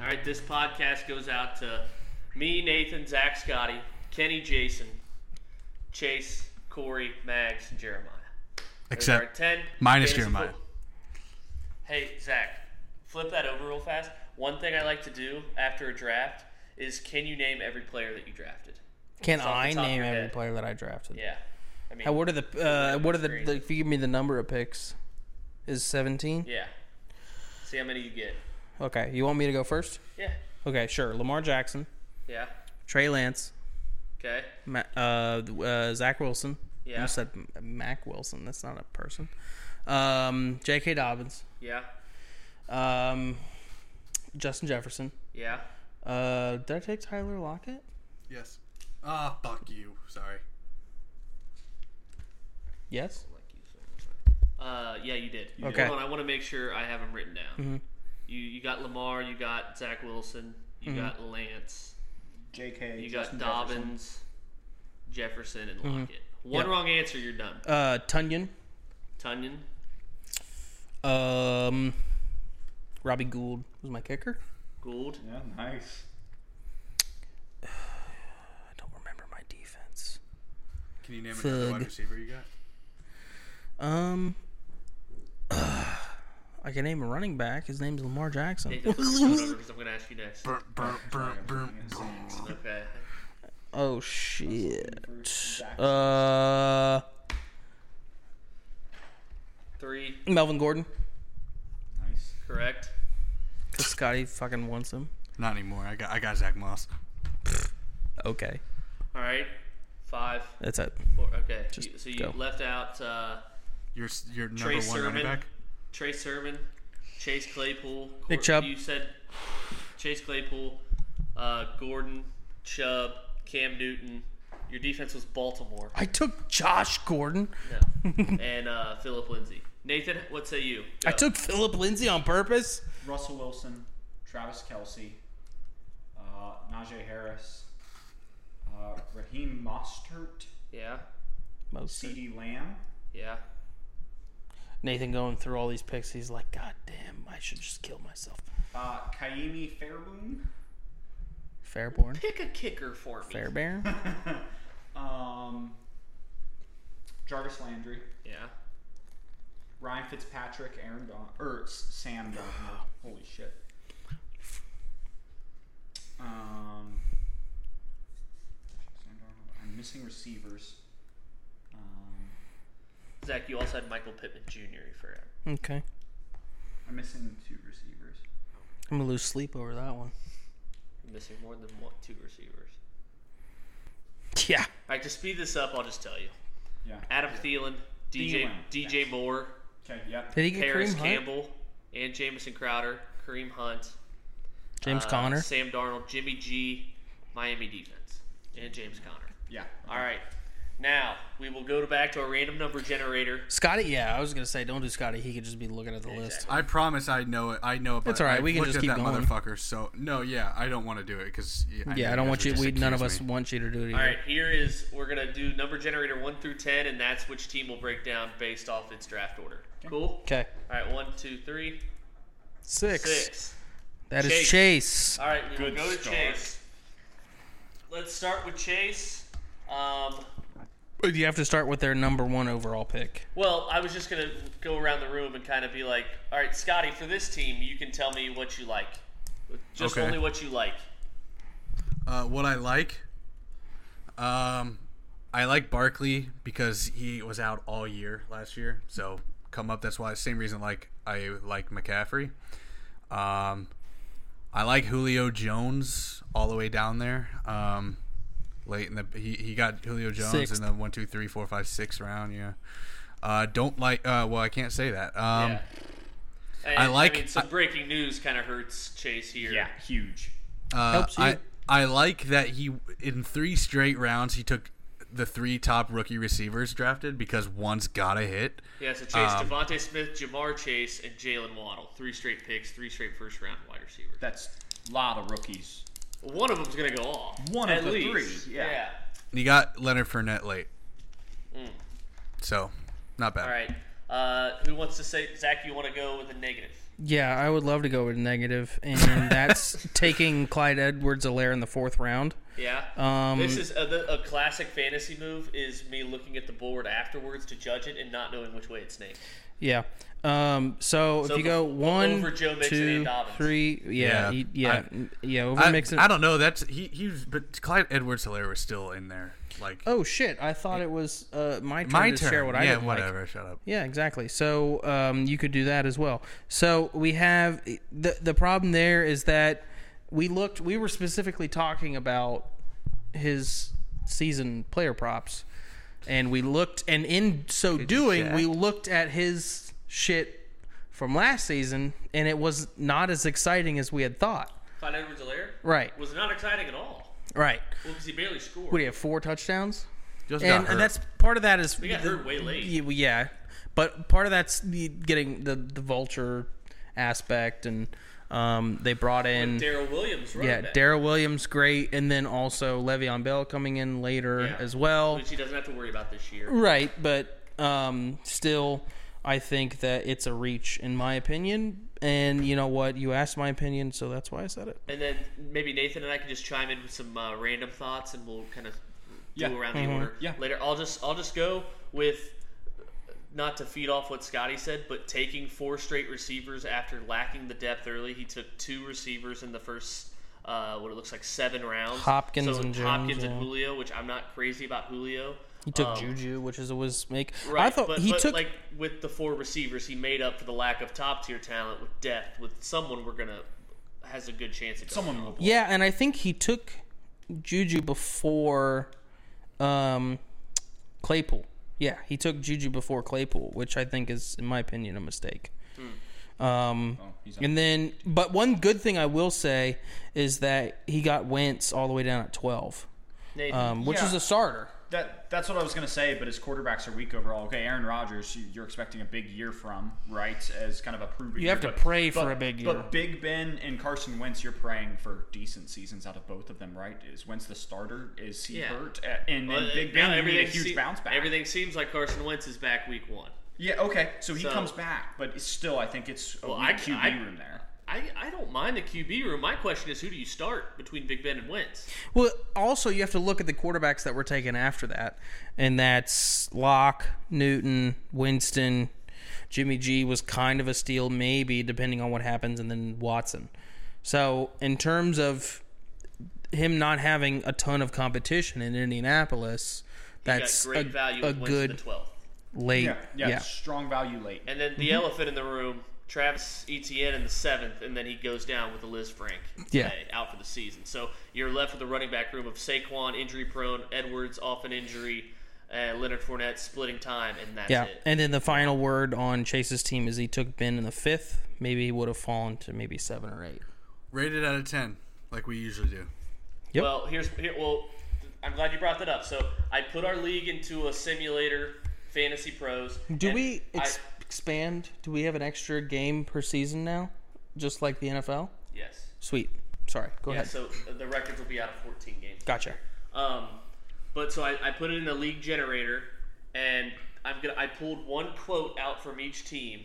right, this podcast goes out to me, Nathan, Zach, Scotty, Kenny, Jason, Chase, Corey, Mags, and Jeremiah. Those are our Except ten minus fantasy Jeremiah. foot- Hey Zach, flip that over real fast. One thing I like to do after a draft is can you name every player that you drafted? Can off the I top of name your every head. player that I drafted? Yeah, I mean, How, what are the uh, what are the, Screen. the if you give me the number of picks? Is seventeen? yeah. See how many you get. Okay. You want me to go first? Yeah, Okay, sure. Lamar Jackson, yeah. Trey Lance, Okay, Ma- uh, uh, Zach Wilson. Yeah. I almost said M- Mac Wilson. That's not a person. Um, J.K. Dobbins, yeah, um, Justin Jefferson. yeah. Uh, did I take Tyler Lockett? Yes. Ah, fuck you. Sorry. Yes. Like you said. Uh, yeah, you did. You Okay. Hold on, I want to make sure I have them written down. Mm-hmm. You you got Lamar, you got Zach Wilson, you Mm-hmm. got Lance, J.K. you Justin got Jefferson. Dobbins, Jefferson, and Lockett. One Mm-hmm. Yep. wrong answer, you're done. Uh, Tunyon, Tunyon, um, Robbie Gould was my kicker. Gould. Yeah, nice. I don't remember my defense. Can you name another Thug. wide receiver you got? Um, I can name a running back. His name's Lamar Jackson. Nathan, flip this one over because I'm going to ask you next. Burr, burr, burr, burr, burr. Okay. Oh shit. Zach. Uh, Three, Melvin Gordon. nice. correct. Cause Scotty fucking wants him. Not anymore. I got I got Zach Moss. Okay, All right. Five, that's it. four. Okay. Just You- so you go. left out uh, Your s- your number Trey one Sermon. running back. Trey Sermon, Chase Claypool, Cor- Nick Chubb. You said Chase Claypool, uh, Gordon, Chubb, Cam Newton. Your defense was Baltimore. I took Josh Gordon. No. and uh, Philip Lindsay. Nathan, what say you? I Go. took Philip Lindsay on purpose. Russell Wilson, Travis Kelsey, uh, Najee Harris, uh, Raheem Mostert, Yeah. Most C.D. Lamb. Yeah. Nathan going through all these picks. He's like, God damn, I should just kill myself. Uh, Kaimi Fairboom, Fairborn. Pick a kicker for me. Fairbairn. um, Jarvis Landry, Yeah. Ryan Fitzpatrick, Aaron Don, or S- Sam Darnold. Holy shit. Um, Sam Darnold. I'm missing receivers. Um, Zach, you also had Michael Pittman Jr. for Okay, I'm missing two receivers. I'm gonna lose sleep over that one. missing more than one, two receivers. Yeah. All right, to speed this up, I'll just tell you. Yeah. Adam Thielen, DJ Thielen, DJ Moore, Okay. Yep. Did he get Paris Kareem Hunt? Campbell, and Jamison Crowder, Kareem Hunt, James uh, Conner. Sam Darnold, Jimmy G, Miami defense, and James Conner. Yeah. All right, now we will go to back to our random number generator. Scotty. Yeah, I was gonna say, don't do Scotty. He could just be looking at the list. Exactly. I promise I know it. I know it. But It's all right, I we can looked just at that keep going. motherfucker. So no, yeah, I don't want to do it because Yeah, I don't want you. We none of us want you to do it. Either. All right, here is we're gonna do number generator one through ten, and that's which team will break down based off its draft order. Cool. Okay. All right, one, two, three, Six. six. That is Chase. Chase. All right, we Good will go to start. Chase. Let's start with Chase. Um, Uh, You have to start with their number one overall pick. well, I was just gonna go around the room and kind of be like, "All right, Scotty, for this team, you can tell me what you like, just Okay. only what you like." Uh, what I like, um, I like Barkley because he was out all year last year. So come up. That's why same reason like I like McCaffrey. Um, I like Julio Jones all the way down there. Um, late in the he, he got Julio Jones Sixth. in the one two three four five six round. Yeah. Uh, don't like. Uh, well, I can't say that. Um, yeah. And, like- I mean, some breaking news kind of hurts Chase here. Yeah. Huge. Uh, Helps you. I, I like that he in three straight rounds he took the three top rookie receivers drafted because one's got a hit. Yeah. So Chase, Um, Devontae Smith, Jamar Chase, and Jalen Waddle, three straight picks, three straight first round wide receivers. That's a lot of rookies. One of them's gonna go off. One at of the least. three, yeah. And he got Leonard Fournette late, Mm. so not bad. All right. Uh, who wants to say Zach? You want to go with a negative? Yeah, I would love to go with negative, and that's taking Clyde edwards alaire in the fourth round. Yeah. Um, this is a, the- a classic fantasy move. Is me looking at the board afterwards to judge it and not knowing which way it's snaked. Yeah. Um, so, So if you go bef- one, over Joe Mixon two, and Dobbins. three, Yeah, yeah, he- yeah, I- mm, yeah, over I, Mixon. I don't know. That's he. He was, but Clyde edwards hilaire was still in there. Like oh shit! I thought it was uh, my turn my to turn. share what I yeah, didn't like. whatever. Shut up. Yeah, exactly. So um, you could do that as well. So we have the the problem there is that we looked we were specifically talking about his season player props, and we looked and in so doing we looked at his shit from last season, and it was not as exciting as we had thought. Clyde Edwards-Helaire Right, was not exciting at all. right. Well, because he barely scored. What do you have? Four touchdowns Just got and, hurt. and that's part of that is We got hurt way late. Yeah, well, yeah. but part of that's the getting the the vulture aspect, and um, they brought in Daryl Williams, running yeah back, Daryl Williams, great, and then also Le'Veon Bell coming in later Yeah. as well, which he doesn't have to worry about this year. right? But um, still, I think that it's a reach in my opinion. And you know what? You asked my opinion, so that's why I said it. And then maybe Nathan and I can just chime in with some uh, random thoughts, and we'll kind of Yeah. do around the Mm-hmm. order Yeah. later. I'll just I'll just go with not to feed off what Scotty said, but taking four straight receivers after lacking the depth early. He took two receivers in the first. Uh, what it looks like seven rounds. Hopkins so and Jones, Hopkins and yeah. Julio, which I'm not crazy about Julio. He took Um, Juju, which is a was make. Right, I thought but, he but, took like with the four receivers, he made up for the lack of top tier talent with depth. With someone, we're gonna has a good chance at going. Someone will. blow. Yeah, and I think he took Juju before um, Claypool. Yeah, he took Juju before Claypool, which I think is, in my opinion, a mistake. Um, Oh, he's on. and then, but one good thing I will say is that he got Wentz all the way down at twelve, Nathan, um, which Yeah. is a starter. That that's what I was gonna say. But his quarterbacks are weak overall. Okay, Aaron Rodgers, you- you're expecting a big year from, right? As kind of a proven. You have to but, pray for but- a big year. But Big Ben and Carson Wentz, you're praying for decent seasons out of both of them, right? Is Wentz the starter? Is he Yeah. hurt? Uh, And, and Well, Big now Ben, you need a everything huge se- bounce back. Everything seems like Carson Wentz is back week one. Yeah. Okay. So he So- comes back, but it's still, I think it's a Well, weak I- QB I- room there. I, I don't mind the QB room. My question is, who do you start between Big Ben and Wentz? Well, also you have to look at the quarterbacks that were taken after that, and that's Locke, Newton, Winston, Jimmy G was kind of a steal, maybe depending on what happens, and then Watson. So in terms of him not having a ton of competition in Indianapolis, You that's got great a, value a with Wentz in good the twelfth. late. Yeah, Yeah, yeah, Strong value late. And then Mm-hmm. the elephant in the room, Travis Etienne in the seventh, and then he goes down with a Liz Frank Yeah. today, out for the season. So you're left with a running back room of Saquon injury prone, Edwards off an injury, uh, Leonard Fournette splitting time, and that's Yeah, it. and then the final word on Chase's team is he took Ben in the fifth. Maybe he would have fallen to maybe seven or eight. rated out of ten, like we usually do. Yep. Well, here's here, well, I'm glad you brought that up. So I put our league into a simulator, Fantasy Pros. Do and we I- ex- expand? Do we have an extra game per season now, just like the NFL? yes. Sweet. Sorry. Go Yeah, ahead. so uh, the records will be out of 14 games. gotcha. Um, but so I, I put it in the league generator, and I'm gonna I pulled one quote out from each team,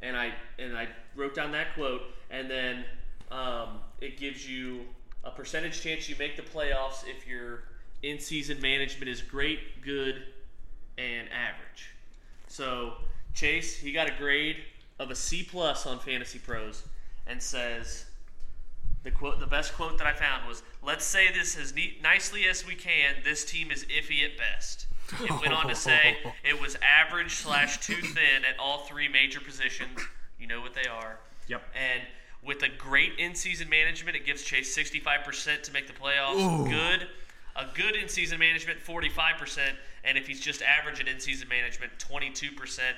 and I and I wrote down that quote, and then um, it gives you a percentage chance you make the playoffs if your in season management is great, good, and average. So Chase, he got a grade of a C plus on Fantasy Pros, and says. The quote, the best quote that I found was, "Let's say this as neat, nicely as we can. This team is iffy at best." It went on to say it was average slash too thin at all three major positions. You know what they are. Yep. And with a great in-season management, it gives Chase 65% to make the playoffs. Good, a good in-season management, 45%, and if he's just average at in-season management, 22%.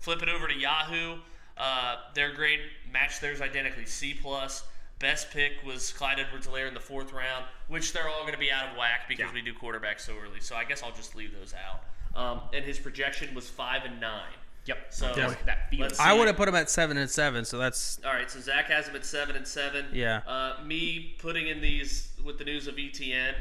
Flip it over to Yahoo. Uh, their grade matched theirs identically, C plus. Best pick was Clyde Edwards-Helaire in the fourth round, which they're all going to be out of whack because we do quarterbacks so early. So I guess I'll just leave those out. Um, and his projection was five and nine. Yep. So That's that feeling. let's I see. would have put him at seven and seven. So that's All right, so Zach has him at seven and seven. Yeah. E Uh, me putting in these with the news of ETN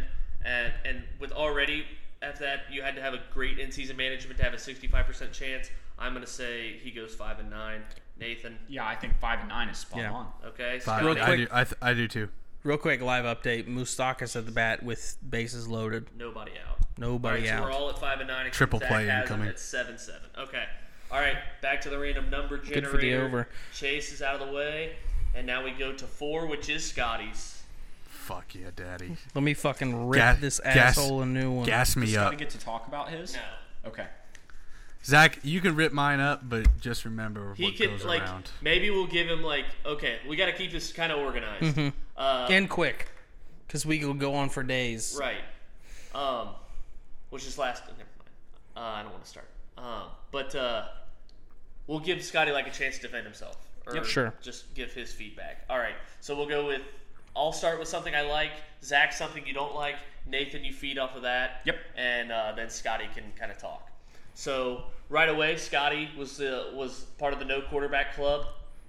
and and with already at that you had to have a great in-season management to have a 65% chance, I'm going to say he goes 5 and 9. Nathan, Yeah, I think five and nine is spot Yeah. on. okay? Five. Scotty, Real I do. I, th- I do too. Real quick, live update: Mustakas at the bat with bases loaded, nobody out. nobody All right, So out. we're all at five and nine. except Triple Zach play has incoming. him At seven seven. Okay. All right. Back to the random number generator. Good for the over. Chase is out of the way, and now we go to four, which is Scotty's. Fuck yeah, daddy. Let me fucking rip Gas- this gas- asshole a new one. Gas me Got up, to get to talk about his. No. Okay. Zach. You can rip mine up, but just remember He what could goes like around. maybe we'll give him like okay we got to keep this kind of organized. Uh, and quick, because we could go on for days. Right. Um, which is last. Never mind. Uh, I don't want to start. Um, but uh, we'll give Scotty like a chance to defend himself. Or Yep. Sure. Just give his feedback. All right. So we'll go with. I'll start with something I like. Zach, something you don't like. Nathan, you feed off of that. Yep. And uh, then Scotty can kind of talk. So right away, Scotty was the was part of the no quarterback club,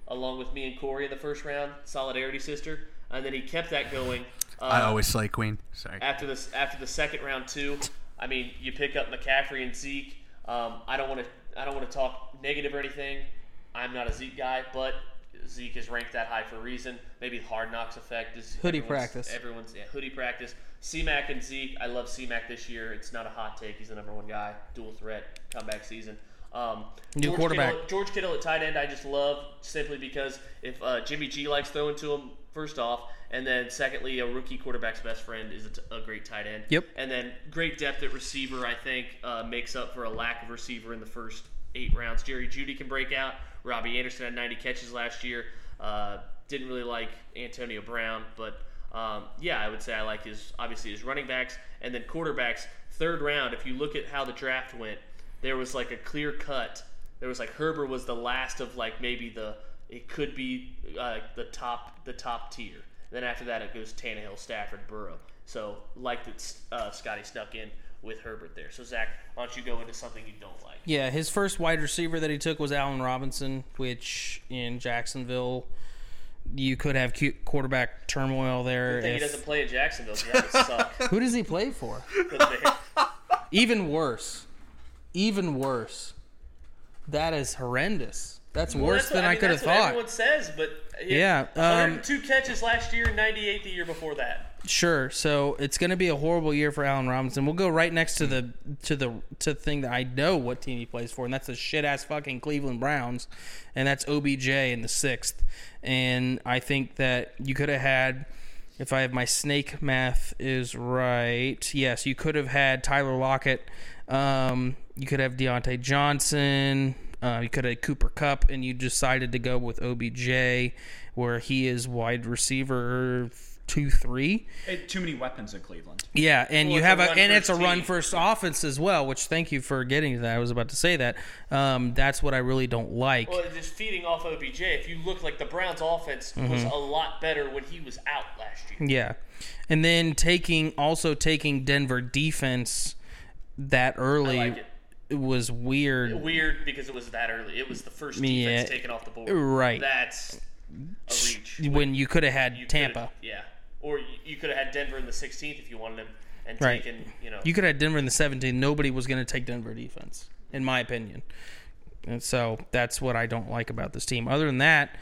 along with me and Corey in the first round, solidarity sister, and then he kept that going. Uh, I always slay queen. Sorry. after this after the second round two, I mean you pick up McCaffrey and Zeke. Um, I don't want to I don't want to talk negative or anything. I'm not a Zeke guy, but Zeke is ranked that high for a reason. Maybe hard knocks effect is Hoodie everyone's- practice. Everyone's yeah, hoodie practice. C-Mac and Zeke. I love C-Mac this year. It's not a hot take. He's the number one guy. Dual threat comeback season. Um, New George quarterback. Kittle- George Kittle at tight end, I just love simply because if uh, Jimmy G likes throwing to him, first off, and then secondly, a rookie quarterback's best friend is a, t- a great tight end. Yep. And then great depth at receiver, I think, uh, makes up for a lack of receiver in the first eight rounds. Jerry Judy can break out. Robbie Anderson had 90 catches last year. Uh, didn't really like Antonio Brown, but um, yeah, I would say I like his obviously his running backs and then quarterbacks. Third round, if you look at how the draft went, there was like a clear cut. There was like Herber was the last of like maybe the it could be uh, the top the top tier. Then after that, it goes Tannehill, Stafford, Burrow. So like that uh, Scotty snuck in with Herbert there. So Zach, why don't you go into something you don't like? Yeah, his first wide receiver that he took was Allen Robinson, which in Jacksonville, you could have cu- quarterback turmoil there. I think he if- doesn't play in Jacksonville. So that would suck. who does he play for? 'Cause they- Even worse. Even worse. That is horrendous. That's worse That's what- than I, mean, could have that's what thought. Everyone says, but Yeah, um, two catches last year, ninety-eight the year before that. Sure. So it's going to be a horrible year for Allen Robinson. We'll go right next to the to the to the thing that I know what team he plays for, and that's the shit ass fucking Cleveland Browns, and that's OBJ in the sixth. And I think that you could have had, if I have my snake math is right, yes, you could have had Tyler Lockett. Um, you could have Deontay Johnson. Uh, you could have Cooper Cup, and you decided to go with OBJ, where he is wide receiver two three. It, too many weapons in Cleveland. Yeah, and Well, you it's a have a, run and it's a first run team. first offense as well. Which thank you for getting to that. I was about to say that. Um, that's what I really don't like. Well, just feeding off OBJ. If you look like the Browns' offense Mm-hmm. was a lot better when he was out last year. Yeah, and then taking also taking Denver defense that early I like it. was weird. Weird because it was that early. It was the first defense Yeah. taken off the board. Right. That's a reach. when you could have had You Tampa. could've- Yeah. Or you- you could have had Denver in the 16th if you wanted him, and Right. taken you know. You could have Denver in the 17. Nobody was going to take Denver defense, in my opinion. And so that's what I don't like about this team. Other than that,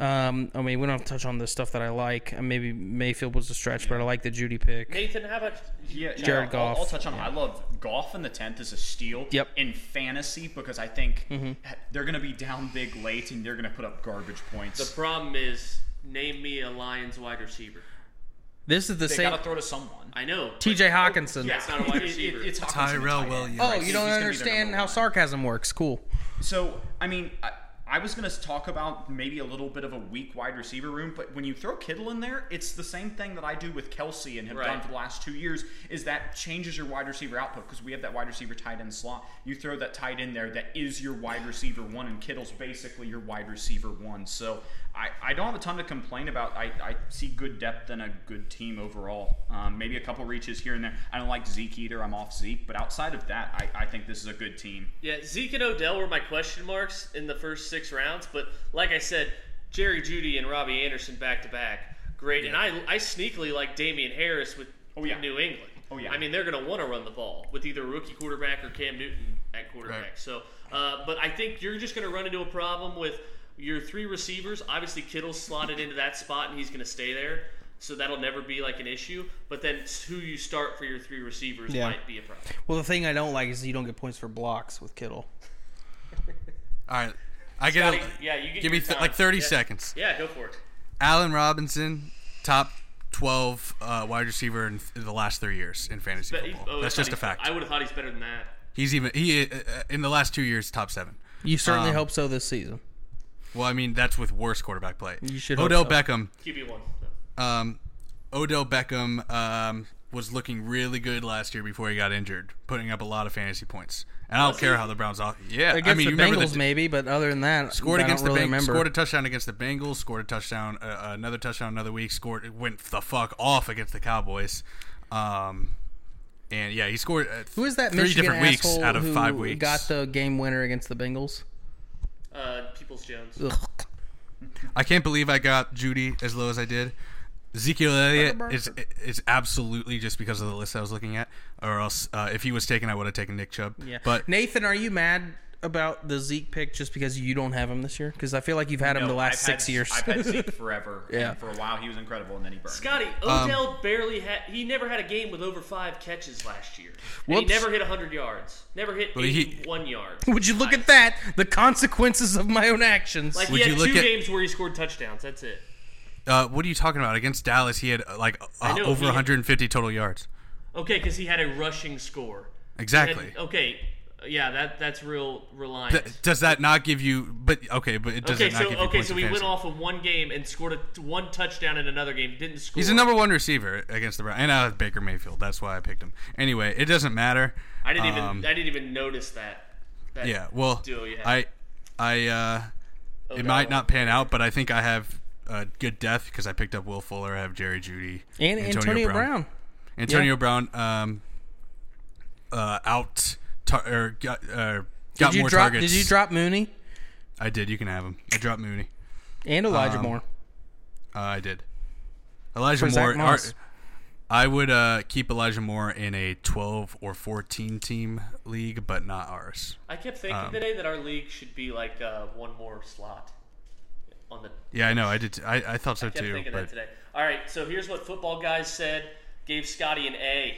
um, I mean, we don't have to touch on the stuff that I like. Uh, Maybe Mayfield was a stretch, but I like the Judy pick. Nathan, how about Yeah, Jared yeah, I'll- I'll, Goff. touch on. I love golf in the tenth is a steal. Yep. Mm-hmm. In fantasy, because I think they're going to be down big late, and they're going to put up garbage points. the problem is name me a Lions wide receiver. This is the they same. got to throw to someone. I know. TJ Hawkinson. That's not a wide receiver. it's Hawkinson, the Tyrell tight end. Williams. Oh, He's you don't gonna be their understand number how one. sarcasm works. Cool. So, I mean, I, I was going to talk about maybe a little bit of a weak wide receiver room, but when you throw Kittle in there, it's the same thing that I do with Kelsey and have Right. done for the last two years, is that changes your wide receiver output because we have that wide receiver tight end slot. You throw that tight end there that is your wide receiver one, and Kittle's basically your wide receiver one. So I, I don't have a ton to complain about. I, I see good depth and a good team overall. Um, maybe a couple reaches here and there. I don't like Zeke either. I'm off Zeke, but outside of that, I, I think this is a good team. Yeah, Zeke and Odell were my question marks in the first six rounds, but like I said, Jerry Judy and Robbie Anderson back to back, great. And I, I sneakily like Damian Harris with yeah. New England. Oh, yeah. I mean they're going to want to run the ball with either a rookie quarterback or Cam Newton at quarterback. Right. So, uh, but I think you're just going to run into a problem with your three receivers. Obviously, Kittle's slotted into that spot and he's going to stay there. So that'll never be like an issue, but then who you start for your three receivers Yeah. might be a problem. Well, the thing I don't like is you don't get points for blocks with Kittle. All right, I get it. Scotty, yeah, you get Give me your th- time. like 30 Yeah. seconds. Yeah, go for it. Allen Robinson, top 12 uh, wide receiver in, th- the last three years in fantasy But he- football. oh, I That's thought just a he- fact. I would have thought he's better than that. He's even he uh, uh, in the last two years top seven. You certainly Um, hope so this season. Well, I mean that's with worse quarterback play. You should hope Odell so. Beckham. QB one. Um, Odell Beckham um, was looking really good last year before he got injured, putting up a lot of fantasy points. And I don't Was care he? how the Browns off. Yeah, Against I mean the you remember Bengals, the, maybe, but other than that, scored I against don't really the Bengals, remember. scored a touchdown against the Bengals, scored a touchdown, uh, another touchdown another week, scored went the fuck off against the Cowboys. Um, and yeah, he scored uh, who is that three Michigan different weeks asshole out of who five weeks. got the game winner against the Bengals? Uh, Peoples Jones. Ugh. I can't believe I got Judy as low as I did. Ezekiel Elliott is is absolutely just because of the list I was looking at, or else uh, if he was taken, I would have taken Nick Chubb. Yeah. But Nathan, are you mad about the Zeke pick just because you don't have him this year? Because I feel like you've had him the No, last I've had- six years. I've had Zeke forever. Yeah. And for a while, he was incredible, and then he burned. Scotty Um, Odell barely had. He never had a game with over five catches last year. And he Whoops. never hit hundred yards. Never hit Well, he- one yard. Would you look at that? The consequences of my own actions. Like Would he you had look two at- games where he scored touchdowns. That's it. uh, what are you talking about? Against Dallas, he had uh, like uh, know, over he- 150 total yards. Okay, because he had a rushing score. And- Exactly. okay. Yeah, that that's real reliant. Th- does that not give you? But okay, but it does okay, it not so give you okay, points so in we fantasy? went off of one game and scored a, one touchdown in another game. Didn't score. He's the number one receiver against the Browns, and I have Baker Mayfield. That's why I picked him. Anyway, it doesn't matter. I didn't even Um, I didn't even notice that. that yeah. Well, deal you had. I, I, uh, it Odell. might not pan out, but I think I have a good death because I picked up Will Fuller. I have Jerry Judy and Antonio, Brown. Antonio Yeah. Brown, um, uh, out tar- or got, uh, got Did you more drop? targets. Did you drop Mooney I did. You can have him. I dropped Mooney. and Elijah Um, Moore? Uh, I did. Elijah For Zach Moore. Moss. are- I would uh, keep Elijah Moore in a 12 or 14 team league, but not ours. I kept thinking Um, today that our league should be like uh, one more slot on the. Yeah, I know. I did. T- I, I thought so Kept too. thinking that But today. All right, so here's what football guys said. Gave Scotty an A.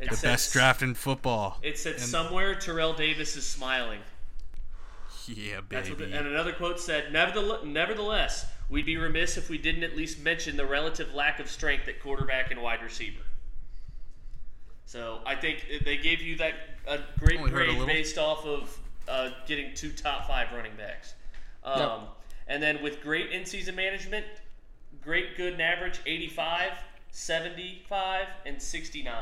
It the said- best draft in football. It said somewhere Terrell Davis is smiling. Yeah, That's baby. what the- and another quote said. Nevertheless, nevertheless, we'd be remiss if we didn't at least mention the relative lack of strength at quarterback and wide receiver. So I think they gave you that a great Only heard a grade little. based off of uh, getting two top five running backs. Um, And then with great in season management, great good and average 85, 75, and 69.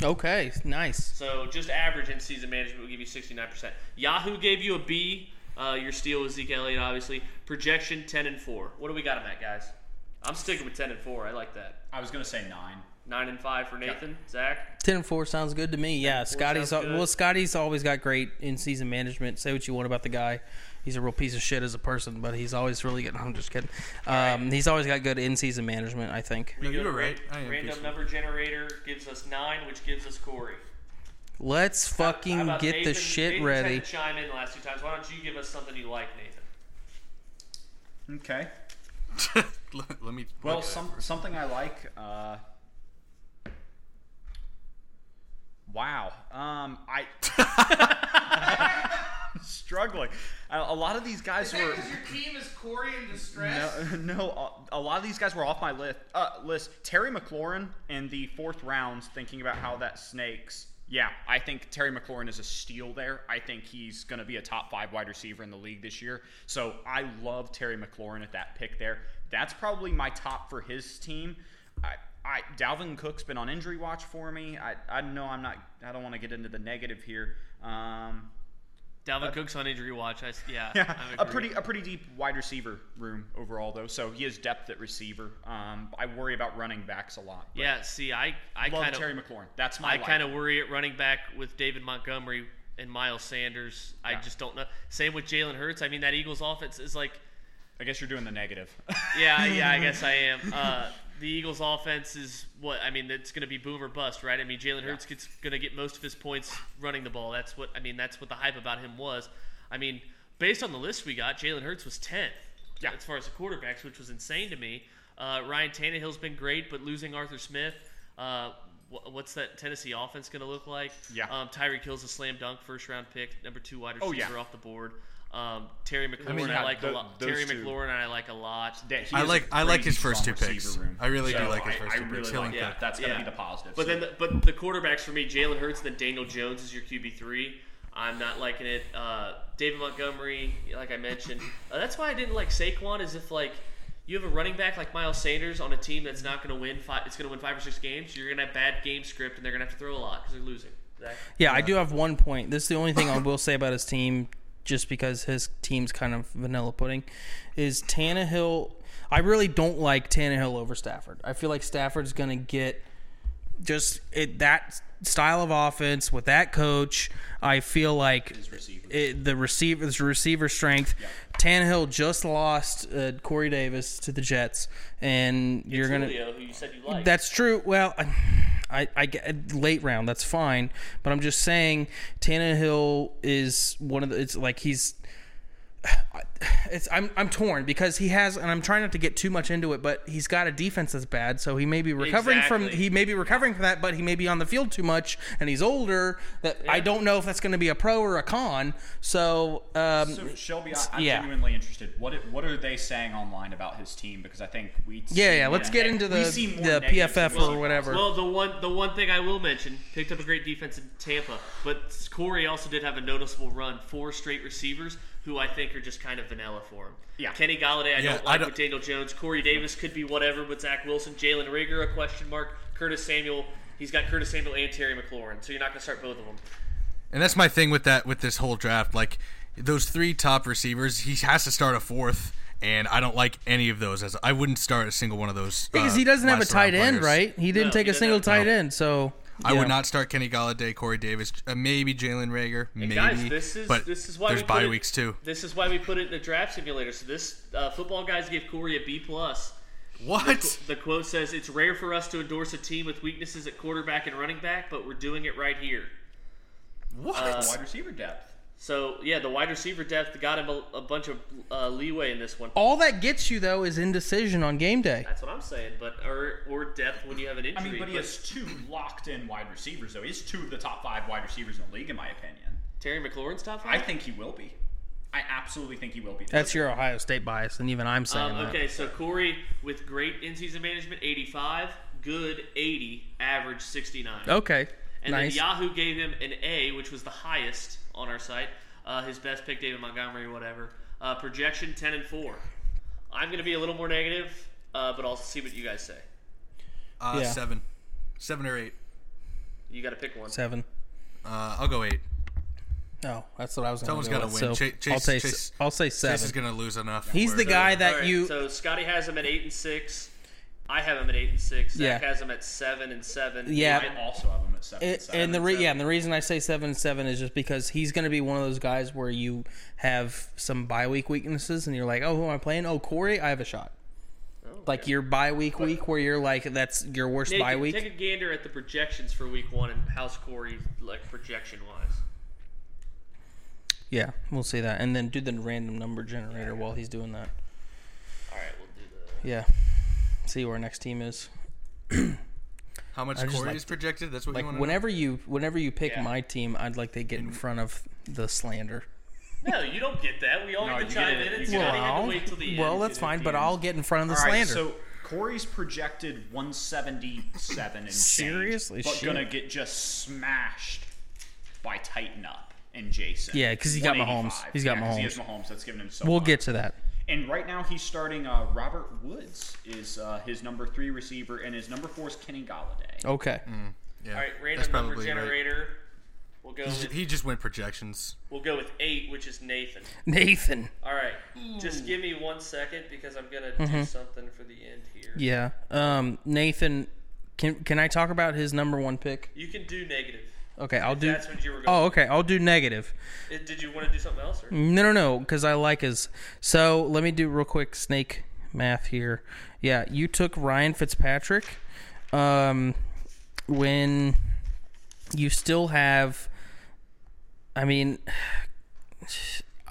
Okay, nice. So just average in season management will give you 69%. Yahoo gave you a B. Uh, your steal was Zeke Elliott, obviously. Projection 10 and 4. What do we got him at, guys? I'm sticking with 10 and 4. I like that. I was going to say nine. 9 and 5 for Nathan. Zach? Ten and four sounds good to me. Yeah, Scotty's sounds good. well. Scotty's always got great in season management. Say what you want about the guy, he's a real piece of shit as a person, but he's always really good. I'm just kidding. Um, He's always got good in season management. I think. No, you Go were to right. ran- I am Random peaceful. number generator gives us 9, which gives us Corey. Let's How fucking about get Nathan? the shit Nathan's had ready. to chime in the last two times. Why don't you give us something you like, Nathan? Okay. let, let me. Well, look at it. some, something I like. Uh, wow. Um, I. struggling. A, a lot of these guys were. team is Corey in distress? No, no, a a lot of these guys were off my list. Uh, list Terry McLaurin in the fourth rounds, thinking about how that snakes. Yeah, I think Terry McLaurin is a steal there. I think he's going to be a top five wide receiver in the league this year. So I love Terry McLaurin at that pick there. That's probably my top for his team. I, I Dalvin Cook's been on injury watch for me. I, I know I'm not. I don't want to get into the negative here. Um, Dalvin Uh, Cook's on injury watch. I, yeah. yeah, a pretty a pretty deep wide receiver room overall though. So he has depth at receiver. Um, I worry about running backs a lot. but Yeah, see, I, I love kind of. Terry McLaurin. That's I my like. kind of worry at running back with David Montgomery and Miles Sanders. I just don't know. Same with Jalen Hurts. I mean, that Eagles offense is like, I guess you're doing the negative. yeah, yeah, I guess I am. Uh, the Eagles' offense is what I mean. It's going to be boom or bust, right? I mean, Jalen Hurts gets going to get most of his points running the ball. That's what I mean. That's what the hype about him was. I mean, based on the list we got, Jalen Hurts was tenth. Yeah. As far as the quarterbacks, which was insane to me. Uh, Ryan Tannehill's been great, but losing Arthur Smith. Uh, wh- What's that Tennessee offense going to look like? Yeah. Um, Tyreek Hill's a slam dunk, first round pick, number two wide Oh, receiver yeah. off the board. Um, Terry McLaurin, I, mean, yeah, like a tho- lot. those Terry two. McLaurin, I like a lot. That he I is like a I like his pretty first two strong picks. receiver room. I really do So like his first I, two I picks. really He'll like include- that. That's going to Yeah. be the positive. But so. then, the, but the quarterbacks for me, Jalen Hurts, then Daniel Jones is your QB three. I'm not liking it. Uh, David Montgomery, like I mentioned, uh, that's why I didn't like Saquon. Is if like you have a running back like Miles Sanders on a team that's not going to win five, it's going to win five or six games. You're going to have bad game script, and they're going to have to throw a lot because they're losing. Zach? Yeah, I do have one point. This is the only thing I will say about his team, just because his team's kind of vanilla pudding, is Tannehill. I really don't like Tannehill over Stafford. I feel like Stafford's going to get just it, that style of offense with that coach. I feel like it, the receivers receiver strength. Tannehill just lost uh, Corey Davis to the Jets, and you're going to Julio, who you said you liked. that's true. Well, I, I, I get- late round. That's fine. But I'm just saying, Tannehill is one of the. It's like he's. It's I'm I'm torn because he has, and I'm trying not to get too much into it, but he's got a defense that's bad, so he may be recovering from Exactly. he may be recovering from that, but he may be on the field too much, and he's older. That I don't know if that's going to be a pro or a con. So, um, So Shelby, I, I'm yeah. genuinely interested. What it, what are they saying online about his team? Because I think we yeah, yeah. Let's get into the the PFF or whatever. Well, the one the one thing I will mention picked up a great defense in Tampa, but Corey also did have a noticeable run. Four straight receivers who I think are just kind of vanilla for him. Yeah. Kenny Galladay, I Yeah, don't I like don't- with Daniel Jones. Corey Davis could be whatever with Zach Wilson. Jalen Rieger, a question mark. Curtis Samuel, he's got Curtis Samuel and Terry McLaurin, so you're not going to start both of them. And that's my thing with that with this whole draft. Like those three top receivers, he has to start a fourth, and I don't like any of those. As I wouldn't start a single one of those because uh, he doesn't have a last round tight end, players. right? He didn't No, take he a doesn't single have- tight end, so I yeah. would not start Kenny Galladay, Corey Davis, uh, maybe Jalen Rager, maybe. guys, this is but this is why there's we bye put it- weeks too. This is why we put it in the draft simulator. So this uh, football guys gave Corey a B plus. What? The quote says, "It's rare for us to endorse a team with weaknesses at quarterback and running back, but we're doing it right here." What? Uh, wide receiver depth. So yeah, the wide receiver depth got him a, a bunch of uh, leeway in this one. All that gets you though is indecision on game day. That's what I'm saying. But or or depth when you have an I injury. mean, but he has two locked-in wide receivers, though. He's two of the top five wide receivers in the league, in my opinion. Terry McLaurin's top I five. think he will be. I absolutely think he will be. That's your Ohio State bias, and even I'm saying Um, that. okay, so Corey with great in-season management, 85, good 80, average 69. Okay, And nice. then Yahoo gave him an A, which was the highest on our site. Uh, his best pick, David Montgomery, whatever. Uh, projection 10 and 4. I'm going to be a little more negative, uh, but I'll see what you guys say. Uh, Yeah. Seven, seven or eight. You got to pick one. Seven. Uh, I'll go eight. No, that's what I was. Someone's got to gotta win. So Ch- Chase- I'll say. s- Chase- I'll say Chase is seven. gonna lose enough. He's Where- the guy All that right, you. So Scotty has him at 8 and 6. I have him at 8 and 6. Zach Yeah. has him at 7 and 7. Yeah. I also have him at seven. It- seven. and the re- yeah, and the reason I say seven and seven is just because he's going to be one of those guys where you have some bye week weaknesses, and you're like, oh, who am I playing? Oh, Corey, I have a shot. Oh, Like your bye week week where you're like, that's your worst Take, bye a- week. take a gander at the projections for week one and how's Corey, like, projection wise. Yeah, we'll see that, and then do the random number generator while he's doing that. All right, we'll do the. Yeah, see where our next team is. How much just Corey like is projected? That's what you Like want to whenever you whenever you pick Yeah. my team, I'd like to get in front of the slander. No, you don't get that. We all No, get you to chime get it. in. You And get it. Scotty had to wait till the end. well, that's fine, but I'll get in front of the All right, slander. so Corey's projected 177 and change, Seriously? but Shit. gonna get just smashed by Tighten up and Jason. Yeah, 'cause he got Mahomes. 185. He's got Yeah, 'cause He Mahomes. has Mahomes. That's giving him so. we'll much. get to that. And right now he's starting uh, Robert Woods is uh, his number three receiver, and his number four is Kenny Galladay. Okay. Mm. Yeah, All right, that's random probably number generator. We'll go. Right. He's- With, He just went projections. we'll go with eight, which is Nathan. Nathan. All right, just give me one second because I'm gonna do something for the end here. Mm-hmm. Yeah. Um Nathan can can I talk about his number 1 pick? You can do negative. Okay, I'll do That's what you were Oh, going. okay. I'll do negative. Oh. Did you want to do something else? Or? No, no, no, cuz I like his So, let me do real quick snake math here. Yeah, you took Ryan Fitzpatrick um, when you still have. I mean,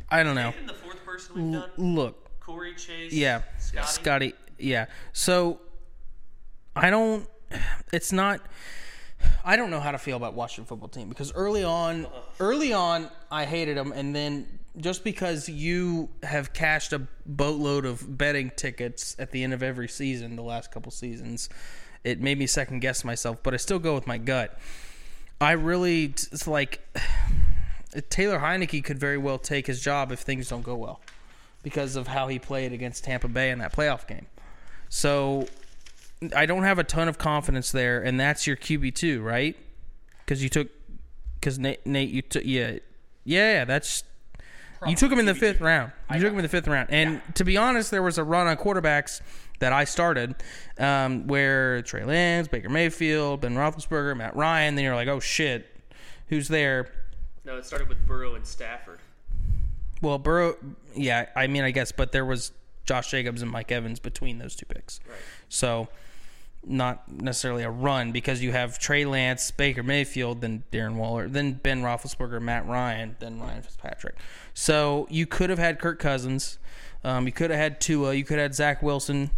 I don't know. Even the fourth person we've done, Look, Corey Chase. yeah, Scotty. Scotty. Yeah. So I don't. It's not. I don't know how to feel about Washington football team because early on, early on, I hated them, and then just because you have cashed a boatload of betting tickets at the end of every season, the last couple seasons, it made me second guess myself. But I still go with my gut. I really, it's like Taylor Heineke could very well take his job if things don't go well because of how he played against Tampa Bay in that playoff game. So I don't have a ton of confidence there, and that's your QB two, right? Because you took, because Nate, Nate, you took, yeah, yeah, that's you took him in the QB2. fifth round. You took him in the fifth round, and to be honest, there was a run on quarterbacks that I started um, where Trey Lance, Baker Mayfield, Ben Roethlisberger, Matt Ryan. Then you're like, oh shit, who's there? No, it started with Burrow and Stafford. Well, Burrow, yeah, I mean, I guess, but there was Josh Jacobs and Mike Evans between those two picks. Right. So, not necessarily a run because you have Trey Lance, Baker Mayfield, then Darren Waller, then Ben Roethlisberger, Matt Ryan, then Ryan Fitzpatrick. So, you could have had Kirk Cousins. Um, you could have had Tua. You could have had Zach Wilson.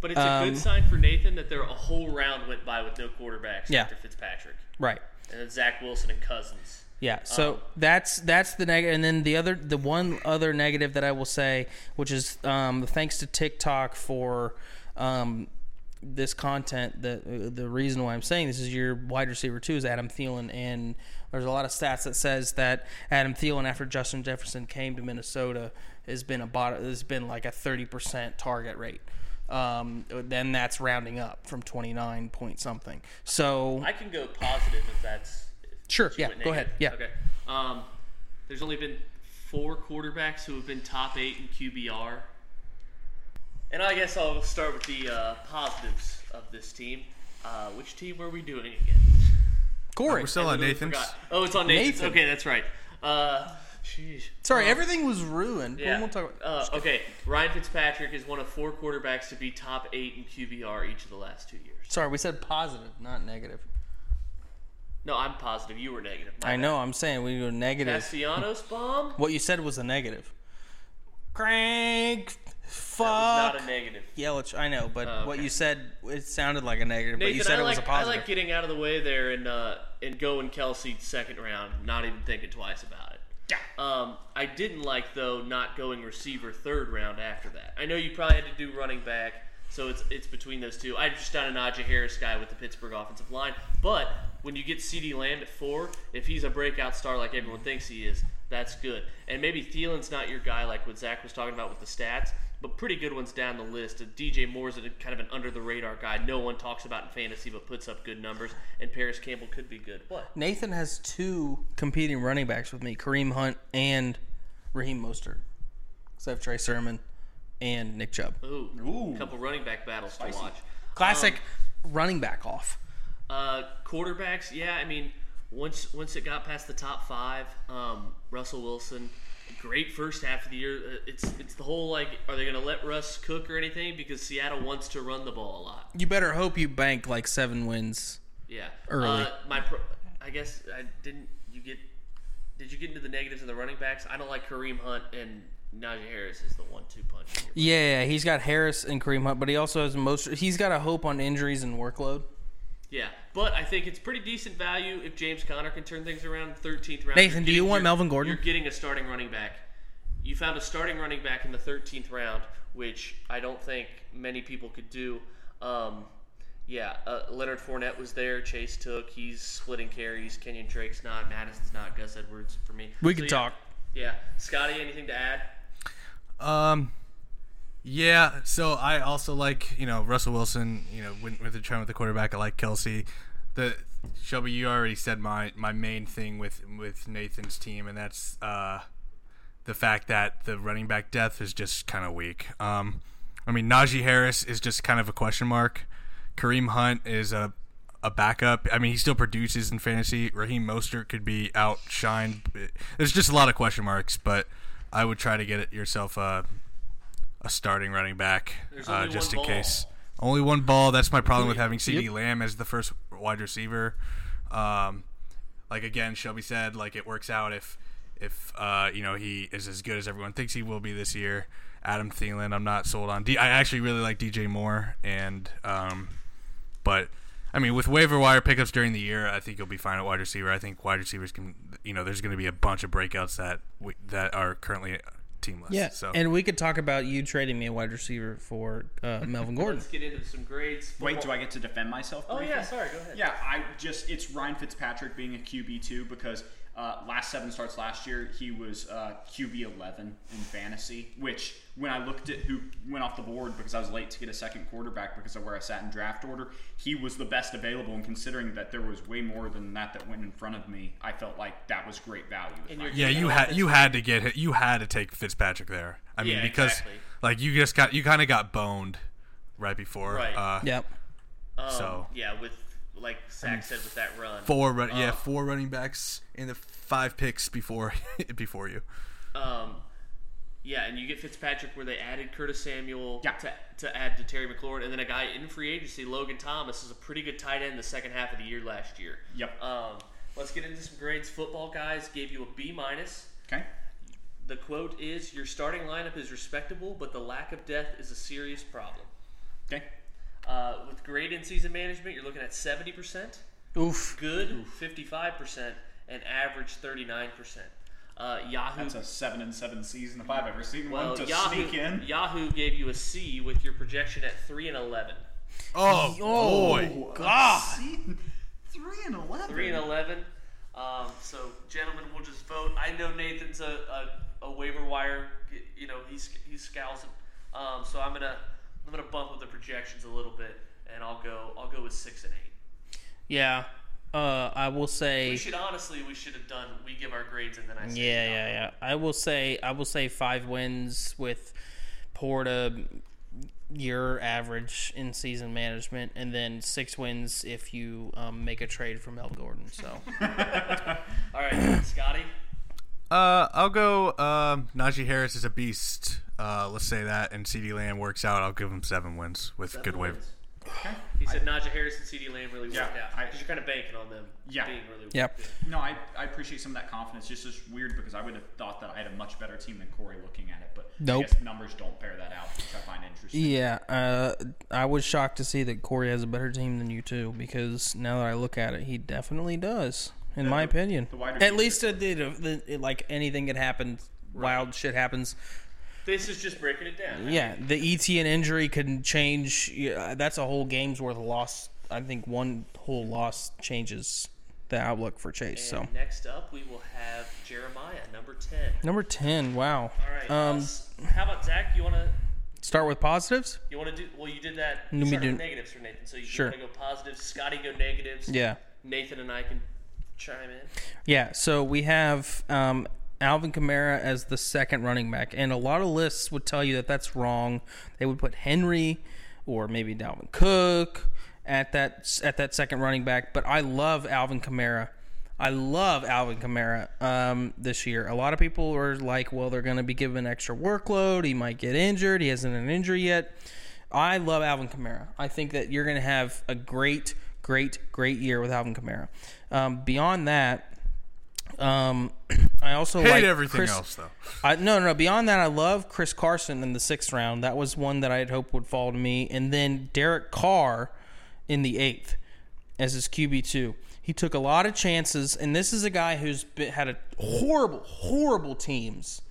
But it's a Um, good sign for Nathan that there a whole round went by with no quarterbacks Yeah. after Fitzpatrick, Right. and then Zach Wilson and Cousins. Yeah, so that's that's the negative, and then the other the one other negative that I will say, which is um, thanks to TikTok for um, this content. The the reason why I'm saying this is your wide receiver two is Adam Thielen, and there's a lot of stats that says that Adam Thielen after Justin Jefferson came to Minnesota has been a bot has been like a thirty percent target rate. Um, then that's rounding up from twenty nine point something. So I can go positive if that's if Sure, she yeah, went go negative. ahead, yeah. Okay. Um, there's only been four quarterbacks who have been top eight in QBR, and I guess I'll start with the uh, positives of this team. Uh, which team are we doing again? Corey, We're still on Literally Nathan's. forgot. Oh, it's on Nathan's. Nathan. Okay, that's right. Uh, sheesh. sorry, everything was ruined. Yeah. We won't talk about- uh, okay, Ryan Fitzpatrick is one of four quarterbacks to be top eight in QBR each of the last two years. Sorry, we said positive, not negative. No, I'm positive. You were negative. My I bad. know. I'm saying we go negative. Castellanos bomb. what you said was a negative. Crank. That was Fuck. not a negative. Yelich. I know, but Oh, what okay. you said it sounded like a negative, but Nathan, you said I, it like, was a positive. I like getting out of the way there and uh, and going Kelsey second round, not even thinking twice about it. Yeah. Um, I didn't like though not going receiver third round after that. I know you probably had to do running back, so it's it's between those two. I'm just not a Najee Harris guy with the Pittsburgh offensive line, but when you get C.D. Lamb at four, if he's a breakout star like everyone thinks he is, that's good. And maybe Thielen's not your guy like what Zach was talking about with the stats, but pretty good ones down the list. Uh, DJ Moore's a, kind of an under the radar guy, no one talks about in fantasy, but puts up good numbers. And Paris Campbell could be good. What? Nathan has two competing running backs with me: Kareem Hunt and Raheem Mostert. Because I have Trey Sermon and Nick Chubb. Ooh, Ooh. a couple running back battles to watch. Classic running back off. Uh, quarterbacks, yeah. I mean, once once it got past the top five, um, Russell Wilson, great first half of the year. Uh, It's it's the whole like, are they going to let Russ cook or anything? Because Seattle wants to run the ball a lot. You better hope you bank like seven wins. Yeah. Early. Uh, my, pro- I guess I didn't. You get? Did you get into the negatives of the running backs? I don't like Kareem Hunt and Najee Harris is the one-two punch. here. Yeah, yeah, he's got Harris and Kareem Hunt, but he also has most. He's got a hope on injuries and workload. Yeah, but I think it's pretty decent value if James Conner can turn things around. Thirteenth round. Nathan, you're do you want you're- Melvin Gordon? You're getting a starting running back. You found a starting running back in the thirteenth round, which I don't think many people could do. Um, yeah, uh, Leonard Fournette was there. Chase took. He's splitting carries. Kenyon Drake's not. Madison's not. Gus Edwards for me. We So, can yeah. talk. Yeah, Scotty, anything to add? Um, yeah. So I also like you know Russell Wilson. You know, went with the trend with the quarterback. I like Kelsey. The Shelby, you already said my my main thing with with Nathan's team, and that's uh the fact that the running back depth is just kind of weak. Um, I mean Najee Harris is just kind of a question mark. Kareem Hunt is a a backup. I mean, he still produces in fantasy. Raheem Mostert could be uh, outshined. There's just a lot of question marks, but I would try to get it yourself a a starting running back There's uh, only just in one ball. case. Only one ball. That's my problem with having CD Lamb as the first wide receiver. Um, like again, Shelby said, like it works out if if uh, you know he is as good as everyone thinks he will be this year. Adam Thielen, I'm not sold on. D- I actually really like DJ Moore, and um, but I mean, with waiver wire pickups during the year, I think you'll be fine at wide receiver. I think wide receivers can, you know, there's going to be a bunch of breakouts that we, that are currently teamless. Yeah, So and we could talk about you trading me a wide receiver for uh, Melvin Gordon. Let's get into some grades. Wait, do Football- I get to defend myself? Oh briefly? yeah, sorry. Go ahead. Yeah, I just it's Ryan Fitzpatrick being a QB two because uh, last seven starts last year he was uh, QB eleven in fantasy. Which when I looked at who went off the board because I was late to get a second quarterback because of where I sat in draft order, he was the best available. And considering that there was way more than that that went in front of me, I felt like that was great value. with And Ryan. you're- yeah, you had you had to get hit. You had to take Fitzpatrick there. I mean, Yeah, because exactly. like you just got you kind of got boned right before. Right. Uh, Yep. Um, So- yeah, with like Zach said, with that run. Four run, yeah, Uh, four running backs in the five picks before before you. Um, yeah, and you get Fitzpatrick where they added Curtis Samuel Yeah. to, to add to Terry McLaurin, and then a guy in free agency, Logan Thomas, is a pretty good tight end the second half of the year last year. Yep. Um, let's get into some grades. Football guys gave you a B minus. Okay. The quote is, "Your starting lineup is respectable, but the lack of depth is a serious problem." Okay. Uh, with grade in season management, you're looking at seventy percent Oof. good 55% and average 39%. Uh, Yahoo. That's a seven and seven season if I've ever seen well, one to Yahoo, sneak in. Yahoo gave you a C with your projection at 3 and 11. Oh, boy! Oh, God. Three and eleven. 3 and 11. Um, so, gentlemen, we'll just vote. I know Nathan's a, a, a waiver wire. You know, he's, he's scowls. Um, so I'm gonna I'm gonna bump with the projections a little bit, and I'll go I'll go with six and eight. Yeah. Uh, I will We say. should honestly we should have done we give our grades and then I say Yeah, yeah, yeah. I will say. I will say five wins with poor to your average in season management, and then six wins if you um, make a trade for Mel Gordon. So All right, Scotty. Uh, I'll go. Um, Najee Harris is a beast. Uh, let's say that, and CD Lamb works out. I'll give him seven wins with good waiver. wins. Okay. He said Najee Harris and CD Lamb really worked Yeah, out. I- 'Cause you're kind of banking on them Yeah. being really Yep. good. No, I, I appreciate some of that confidence. Just as weird because I would have thought that I had a much better team than Corey looking at it, but Nope. I guess numbers don't bear that out, which I find interesting. yeah, uh, I was shocked to see that Corey has a better team than you two because now that I look at it, he definitely does. In my opinion, the wide at receiver- least it did. uh, it- Like anything that happened, wild shit happens. This is just breaking it down. Yeah, the ETN injury can change. Yeah, that's a whole game's worth of loss. I think one whole loss changes the outlook for Chase. So And next up, we will have Jeremiah, number 10. number ten. Wow. All right. Um, us- how about Zach? You want to start with positives. you want to do well you did that Let you me started do- with negatives for Nathan. So you, Sure. want to go positives, Scotty go negatives. Yeah. Nathan and I can chime in. Yeah, so we have um, Alvin Kamara as the second running back, and a lot of lists would tell you that that's wrong. They would put Henry or maybe Dalvin Cook at that at that second running back, but I love Alvin Kamara. I love Alvin Kamara um, this year. A lot of people are like, well, they're going to be given extra workload. He might get injured. He hasn't an injury yet. I love Alvin Kamara. I think that you're going to have a great, great, great year with Alvin Kamara. Um, beyond that, um, I also Hate like everything Chris- else though. I, no, no, no. Beyond that, I love Chris Carson in the sixth round. That was one that I had hoped would fall to me, and then Derek Carr in the eighth as his QB two. He took a lot of chances, and this is a guy who's been, had a horrible, horrible teams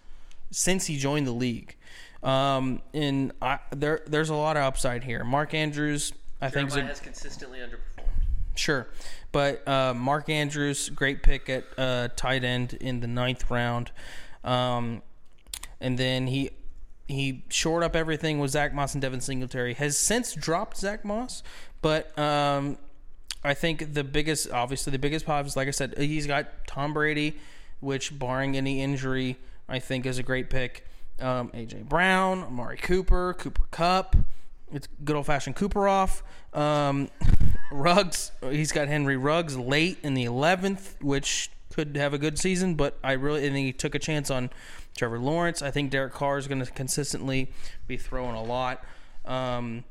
since he joined the league. Um, and I, there, there's a lot of upside here. Mark Andrews, I think, is Jeremiah a, has consistently underperformed. Sure. But uh, Mark Andrews, great pick at uh, tight end in the ninth round. Um, and then he he shored up everything with Zach Moss and Devin Singletary. Has since dropped Zach Moss, but um, I think the biggest, obviously, the biggest pop is, like I said, he's got Tom Brady, which, barring any injury, I think is a great pick. Um, AJ Brown, Amari Cooper, Cooper Cup. It's good old fashioned Cooperoff. Um, Ruggs, he's got Henry Ruggs late in the 11th, which could have a good season, but I really I think he took a chance on Trevor Lawrence. I think Derek Carr is going to consistently be throwing a lot. Um,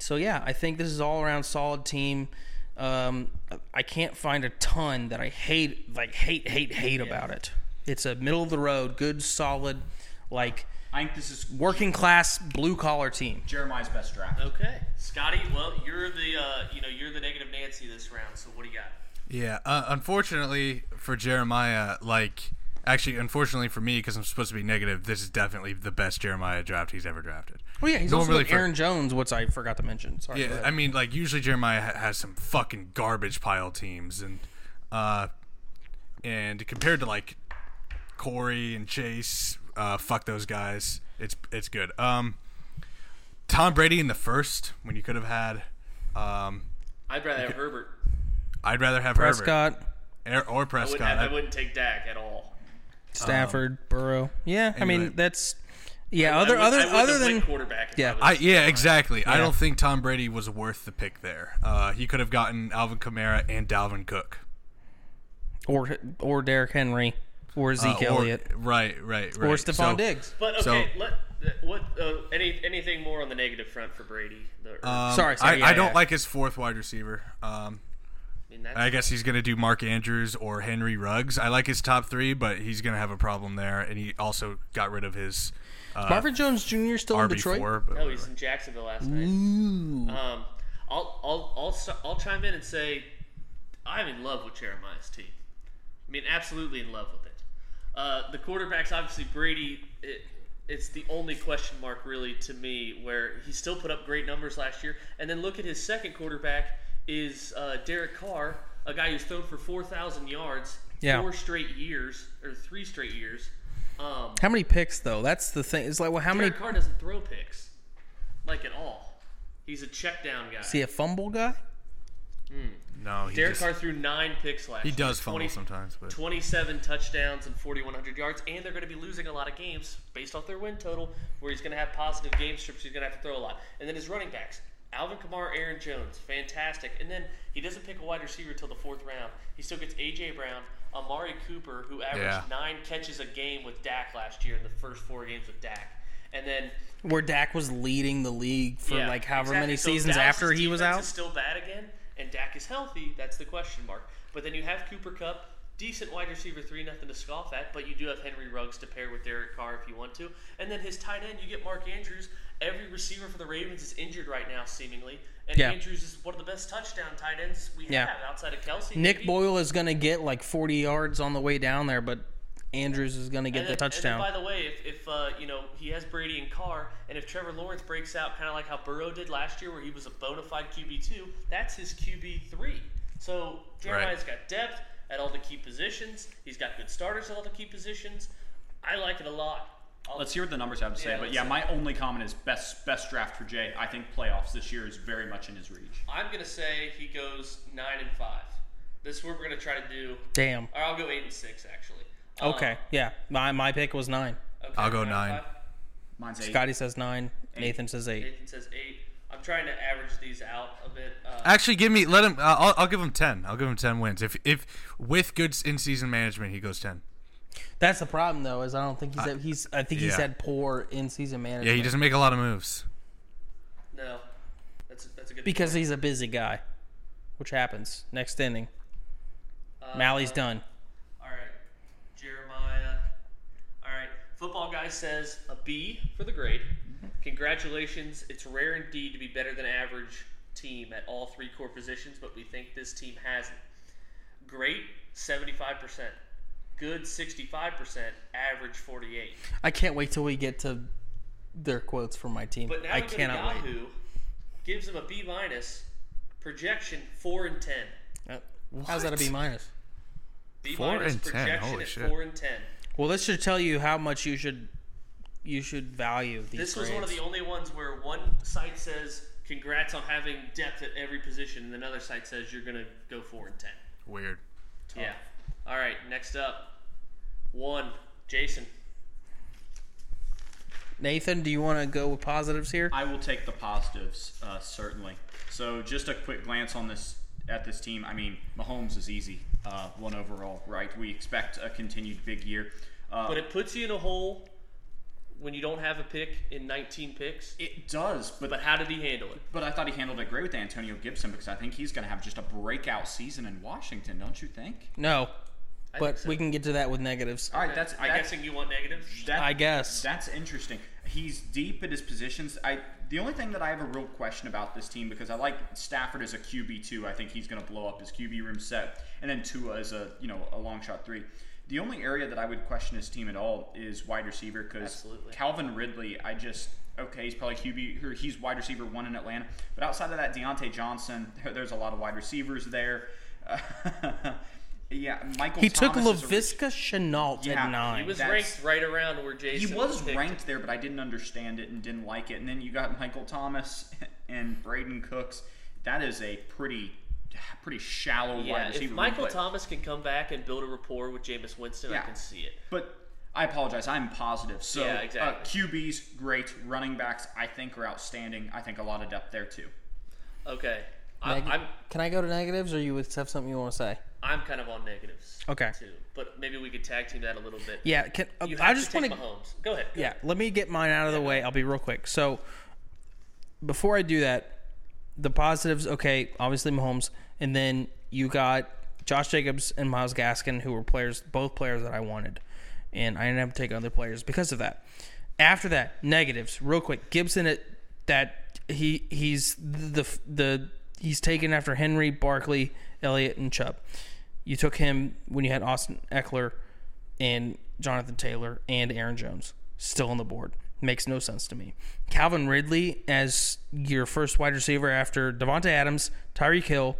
so yeah, I think this is all around solid team. Um, I can't find a ton that I hate, like hate, hate, hate about it. It's a middle of the road, good, solid, like I think this is working class, blue collar team. Jeremiah's best draft. Okay, Scotty. Well, you're the uh, you know you're the negative Nancy this round. So what do you got? Yeah, uh, unfortunately for Jeremiah, like actually, unfortunately for me, because I'm supposed to be negative, this is definitely the best Jeremiah draft he's ever drafted. Well, Oh, yeah, he's No, also really got for- Aaron Jones, which I forgot to mention. Sorry. go Yeah, ahead. I mean, like usually Jeremiah ha- has some fucking garbage pile teams, and uh, and compared to like Corey and Chase, uh, fuck those guys. It's it's good. Um, Tom Brady in the first when you could have had. Um, I'd rather have Herbert. I'd rather have Prescott, Herbert or, or I Prescott. wouldn't, have, I- I wouldn't take Dak at all. Stafford, Burrow. Yeah, I anyway. mean that's yeah. I other would- other I wouldn't other have than went quarterback. if yeah. was- I, yeah, exactly. I Yeah. don't think Tom Brady was worth the pick there. Uh, he could have gotten Alvin Kamara and Dalvin Cook. or or Derrick Henry or Uh, Zeke or- Elliott Right, right, right. or Stephon So, Diggs. but so- okay, let what uh, any anything more on the negative front for Brady? The, or- um, Sorry, I, sorry, yeah, I don't yeah. like his fourth wide receiver. Um, I mean, that's, I guess he's going to do Mark Andrews or Henry Ruggs. I like his top three, but he's going to have a problem there. And he also got rid of his uh, Marvin Jones Jr. still in Detroit. RB4. But no, he's in Jacksonville last night. Ooh. Um, I'll, I'll, I'll, st- I'll chime in and say I'm in love with Jeremiah's team. I mean, absolutely in love with it. Uh, the quarterbacks, obviously, Brady, it, it's the only question mark, really, to me, where he still put up great numbers last year. And then look at his second quarterback is uh, Derek Carr, a guy who's thrown for 4,000 yards Yeah. four straight years, or three straight years. Um, How many picks though? That's the thing. It's like, well, how many? Derek Carr doesn't throw picks, like at all. He's a check down guy. Is he a fumble guy? no, he, Derek just- Carr threw nine picks last he year. does fumble 20 sometimes. But 27 touchdowns and 4,100 yards, and they're going to be losing a lot of games based off their win total, where he's going to have positive game strips. He's going to have to throw a lot. And then his running backs Alvin Kamara, Aaron Jones, fantastic. And then he doesn't pick a wide receiver till the fourth round. He still gets A.J. Brown, Amari Cooper, who averaged Yeah. nine catches a game with Dak last year in the first four games with Dak. And then Where Dak was leading the league for yeah, like however exactly. many So seasons Dallas's after he was defense out. Is still bad again, and Dak is healthy. That's the question mark. But then you have Cooper Cup, decent wide receiver three, nothing to scoff at. But you do have Henry Ruggs to pair with Derek Carr if you want to, and then his tight end you get Mark Andrews. Every receiver for the Ravens is injured right now, seemingly, and Yeah. Andrews is one of the best touchdown tight ends we Yeah. have outside of Kelsey. Nick maybe. Boyle is going to get like 40 yards on the way down there, but Andrews is going to get And the then- and then, touchdown. by the way, if, if uh, you know he has Brady and Carr, and if Trevor Lawrence breaks out, kind of like how Burrow did last year, where he was a bona fide QB two, that's his QB three. So Jeremiah's got depth at all the key positions. He's got good starters at all the key positions. I like it a lot. I'll- Let's hear what the numbers have to say. Yeah, but let's yeah, see. my only comment is best best draft for Jay. I think playoffs this year is very much in his reach. I'm gonna say he goes nine and five. This is what we're gonna try to do. Damn. Or I'll go eight and six actually. Um, Okay. Yeah. My, my pick was nine. okay, I'll go and nine. five. Mine's eight. Scotty says nine. Nathan says eight. Nathan says eight. I'm trying to average these out a bit. Uh, actually, give me let him. Uh, I'll, I'll give him ten. I'll give him ten wins if if with good in season management he goes ten. That's the problem though, is I don't think he's had, he's I think he's yeah. had poor in season management. Yeah, he doesn't make a lot of moves. No, that's that's a good. because he's a busy guy, which happens next inning. Uh, Mally's done. All right, Jeremiah. All right, football guy says a B for the grade. Congratulations. It's rare indeed to be better than average team at all three core positions, but we think this team has it. Great, seventy-five percent. Good, sixty-five percent. Average, forty-eight. I can't wait till we get to their quotes from my team. But now I we go to cannot wait. Yahoo gives him a B minus. Projection four and ten. Uh, How's that a B minus? B Four minus and 10, projection holy at shit. four and ten. Well, this should tell you how much you should you should value these. This was one of grades. the only ones where one site says congrats on having depth at every position, and another site says you're gonna go four and ten. Weird. Yeah. All right. Next up, one Jason. Nathan, do you want to go with positives here? I will take the positives, uh, certainly. So just a quick glance on this at this team. I mean, Mahomes is easy, uh, one overall, right? We expect a continued big year. Uh, But it puts you in a hole when you don't have a pick in 19 picks. it does, but But how did he handle it? But I thought he handled it great with Antonio Gibson because I think he's going to have just a breakout season in Washington, don't you think? No, I but think so. we can get to that with negatives. All right, that's I'm that's, guessing you want negatives. that- I guess. that's interesting. He's deep at his positions. I the only thing that I have a real question about this team because I like Stafford as a QB two. I think he's going to blow up his QB room set, and then Tua as a you know a long shot three. The only area that I would question his team at all is wide receiver because Absolutely. Calvin Ridley. I just okay, he's probably QB or he's wide receiver one in Atlanta, but outside of that, Deontay Johnson. there- There's a lot of wide receivers there. yeah, Michael. He took Thomas is a- LaVisca Chenault Yeah, at he nine. He was ranked That's- right around where Jason. he was picked. ranked there, but I didn't understand it and didn't like it. And then you got Michael Thomas and Braden Cooks. That is a pretty, pretty shallow Yeah, wide if receiver. Michael room, but- Thomas can come back and build a rapport with Jameis Winston, I Yeah. can see it. But I apologize. I'm positive. So Yeah, exactly. uh, QBs, great. Running backs, I think, are outstanding. I think a lot of depth there too. Okay, I, Neg- I'm Can I go to negatives, or you would have something you want to say? I'm kind of on negatives. Okay. Too, but maybe we could tag team that a little bit. Yeah, can, You have I just to want take to. Mahomes. Go ahead. go Yeah, let me get mine out of the way. I'll be real quick. So, before I do that, the positives. Okay, obviously Mahomes, and then you got Josh Jacobs and Miles Gaskin, who were players, both players that I wanted, and I didn't have to take other players because of that. After that, negatives. Real quick, Gibson at that he he's the the he's taken after Henry, Barkley, Elliott, and Chubb. You took him when you had Austin Eckler and Jonathan Taylor and Aaron Jones still on the board. Makes no sense to me. Calvin Ridley as your first wide receiver after Devonte Adams, Tyreek Hill,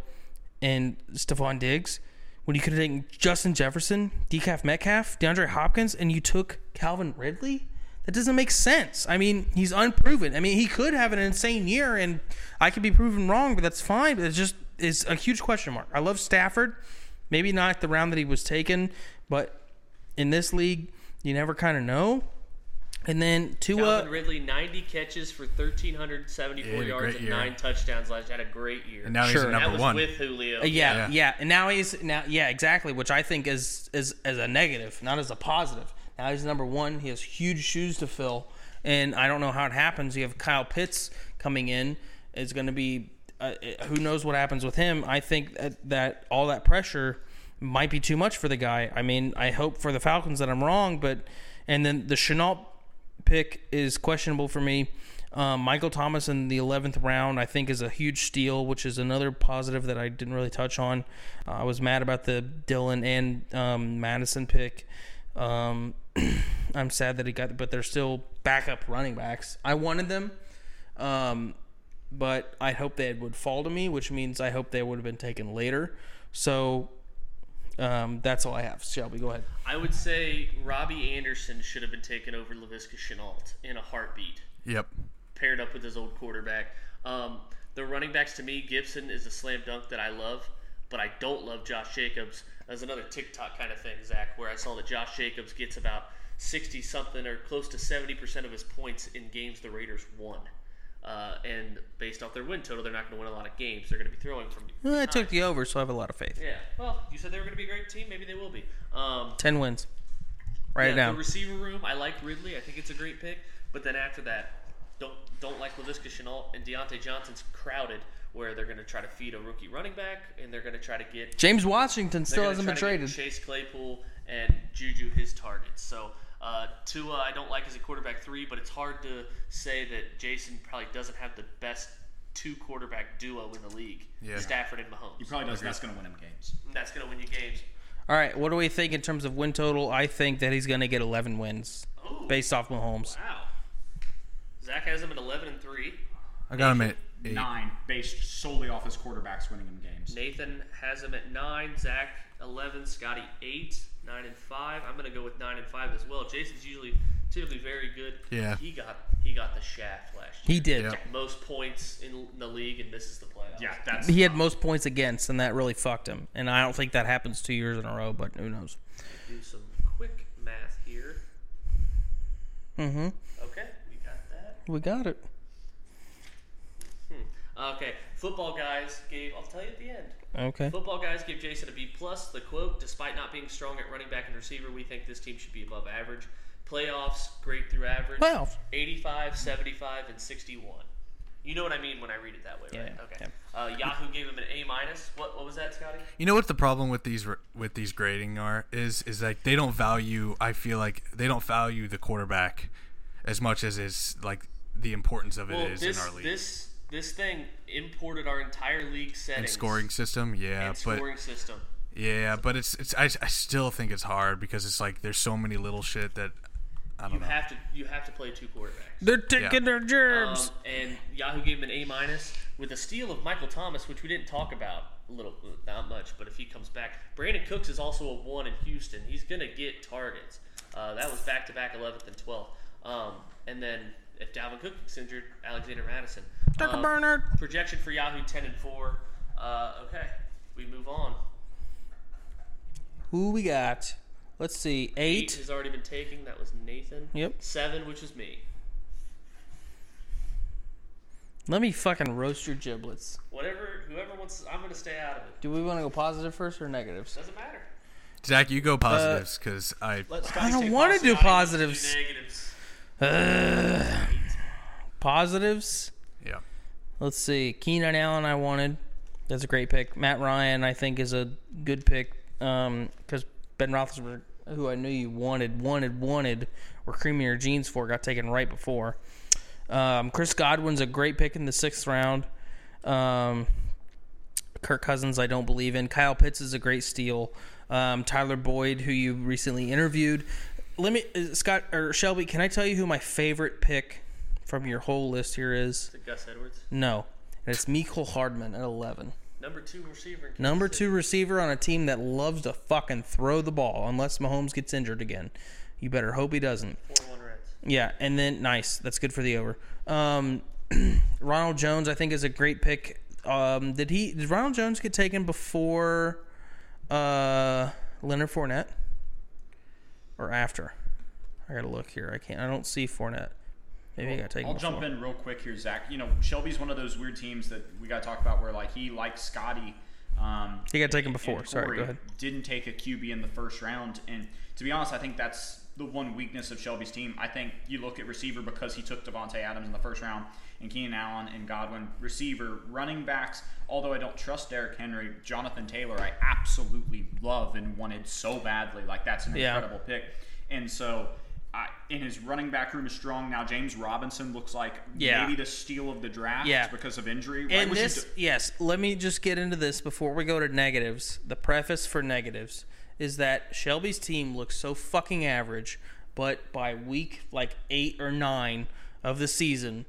and Stephon Diggs. When you could have taken Justin Jefferson, Decaf Metcalf, DeAndre Hopkins, and you took Calvin Ridley? That doesn't make sense. I mean, he's unproven. I mean, he could have an insane year, and I could be proven wrong, but that's fine. But it's just it's a huge question mark. I love Stafford. Maybe not the round that he was taken, but in this league, you never kind of know. And then Tua, Calvin Ridley, 90 catches for 1,374 He had a yards great and year. nine touchdowns last year. Had a great year. And now he's Sure. at that number was one. with Julio. Uh, yeah, yeah, Yeah. And now he's now, yeah, exactly. Which I think is is as a negative, not as a positive. Now he's number one. He has huge shoes to fill, and I don't know how it happens. You have Kyle Pitts coming in. It's going to be uh, uh, who knows what happens with him. I think that, that all that pressure might be too much for the guy. I mean, I hope for the Falcons that I'm wrong, but and then the Chenault pick is questionable for me. Um, Michael Thomas in the 11th round, I think, is a huge steal, which is another positive that I didn't really touch on. Uh, I was mad about the Dylan and um, Madison pick. Um, I'm sad that he got, but they're still backup running backs. I wanted them, um, but I hope they would fall to me, which means I hope they would have been taken later. So um, that's all I have. Shelby, go ahead. I would say Robbie Anderson should have been taken over LaVisca Chenault in a heartbeat, Yep. paired up with his old quarterback. Um, the running backs to me, Gibson is a slam dunk that I love, but I don't love Josh Jacobs. That's another TikTok kind of thing, Zach, where I saw that Josh Jacobs gets about 60 something or close to 70% of his points in games the Raiders won. Uh, and based off their win total, they're not going to win a lot of games. They're going to be throwing from. Well, I took the over, so I have a lot of faith. Yeah. Well, you said they were going to be a great team. Maybe they will be. Um, 10 wins. Write yeah, it down. The receiver room, I like Ridley. I think it's a great pick. But then after that, don't don't like Lavisca Chenault and Deontay Johnson's crowded, where they're going to try to feed a rookie running back, and they're going to try to get James Washington they're still gonna hasn't try been to get traded. Chase Claypool and Juju his targets. So uh, Tua, I don't like as a quarterback three, but it's hard to say that Jason probably doesn't have the best two quarterback duo in the league. Yeah. Stafford and He Mahomes. probably does. That's going to win him games. That's going to win you games. All right, what do we think in terms of win total? I think that he's going to get 11 wins Ooh, based off Mahomes. wow. Zach has him at eleven and three. I got him at eight. Nine, based solely off his quarterbacks winning him games. Nathan has him at nine. Zach eleven. Scotty eight. Nine and five. I'm gonna go with nine and five as well. Jason's usually typically very good. Yeah. He got he got the shaft last year. He did. Yep. Most points in the league and misses the playoffs. Yeah, that's He had most points against, and that really fucked him. And I don't think that happens two years in a row, but who knows? Do some quick math here. Mm-hmm. Okay, we got that. We got it. Okay, football guys gave. I'll tell you at the end. Okay. Football guys give Jason a B plus. The quote: Despite not being strong at running back and receiver, we think this team should be above average. Playoffs, great through average. Playoffs. 85, 75, and 61. You know what I mean when I read it that way, right? Yeah, okay. Uh, Yahoo gave him an A minus. What what was that, Scotty? You know what the problem with these r- with these grading are is is like they don't value. I feel like they don't value the quarterback as much as is like the importance of it is Well, in this our league this this thing imported our entire league settings and scoring system. Yeah, and but scoring system. yeah, but it's it's I, I still think it's hard because it's like there's so many little shit that I don't You know. have to you have to play two quarterbacks. They're taking Yeah. their germs. Um, and Yahoo gave him an A minus with a steal of Michael Thomas, which we didn't talk about a little, not much. But if he comes back, Brandon Cooks is also a one in Houston. He's gonna get targets. Uh, that was back to back 11th and 12th. Um, and then if Dalvin Cook gets injured, Alexander Madison. Tucker Um, Bernard. Projection for Yahoo 10 and 4. Uh, okay, we move on. Who we got? Let's see. Eight Eight. has already been taken. That was Nathan. Yep. Seven, which is me. Let me fucking roast your giblets. Whatever, whoever wants, I'm gonna stay out of it. Do we want to go positive first or negatives? Doesn't matter. Zach, you Uh, go positives because I I don't want to do positives. Negatives. Ugh. positives. yeah. Let's see. Keenan Allen, I wanted. That's a great pick. Matt Ryan, I think, is a good pick because Ben Roethlisberger, who I knew you wanted, wanted, wanted, were creaming your jeans for, got taken right before. Um, Chris Godwin's a great pick in the sixth round. Um, Kirk Cousins, I don't believe in. Kyle Pitts is a great steal. Um, Tyler Boyd, who you recently interviewed. Let me, uh, Scott or Shelby, can I tell you who my favorite pick from your whole list here is? To Gus Edwards. No. And it's Michael Hardman at 11. Number two receiver. in Kansas Number City. two receiver on a team that loves to fucking throw the ball unless Mahomes gets injured again. You better hope he doesn't. Four one Reds. Yeah, and then nice. That's good for the over. Um, Ronald Jones, I think, is a great pick. Um, did he? Did Ronald Jones get taken before uh, Leonard Fournette or after? I gotta look here. I can't. I don't see Fournette. Maybe he got taken. I'll before. jump in real quick here, Zach. You know, Shelby's one of those weird teams that we got to talk about where like he likes Scotty. Um, He got taken and- before. and Sorry, Corey go ahead. Didn't take a QB in the first round, and to be honest, I think that's the one weakness of Shelby's team. I think you look at receiver because he took Devonte Adams in the first round, and Keenan Allen and Godwin. Receiver, running backs. Although I don't trust Derrick Henry, Jonathan Taylor, I absolutely love and wanted so badly. Like that's an Yeah. incredible pick. And so, I, in his running back room is strong now. James Robinson looks like Yeah. maybe the steal of the draft Yeah. because of injury. right? And Which is this, d- yes, let me just get into this before we go to negatives. The preface for negatives is that Shelby's team looks so fucking average, but by week like eight or nine of the season,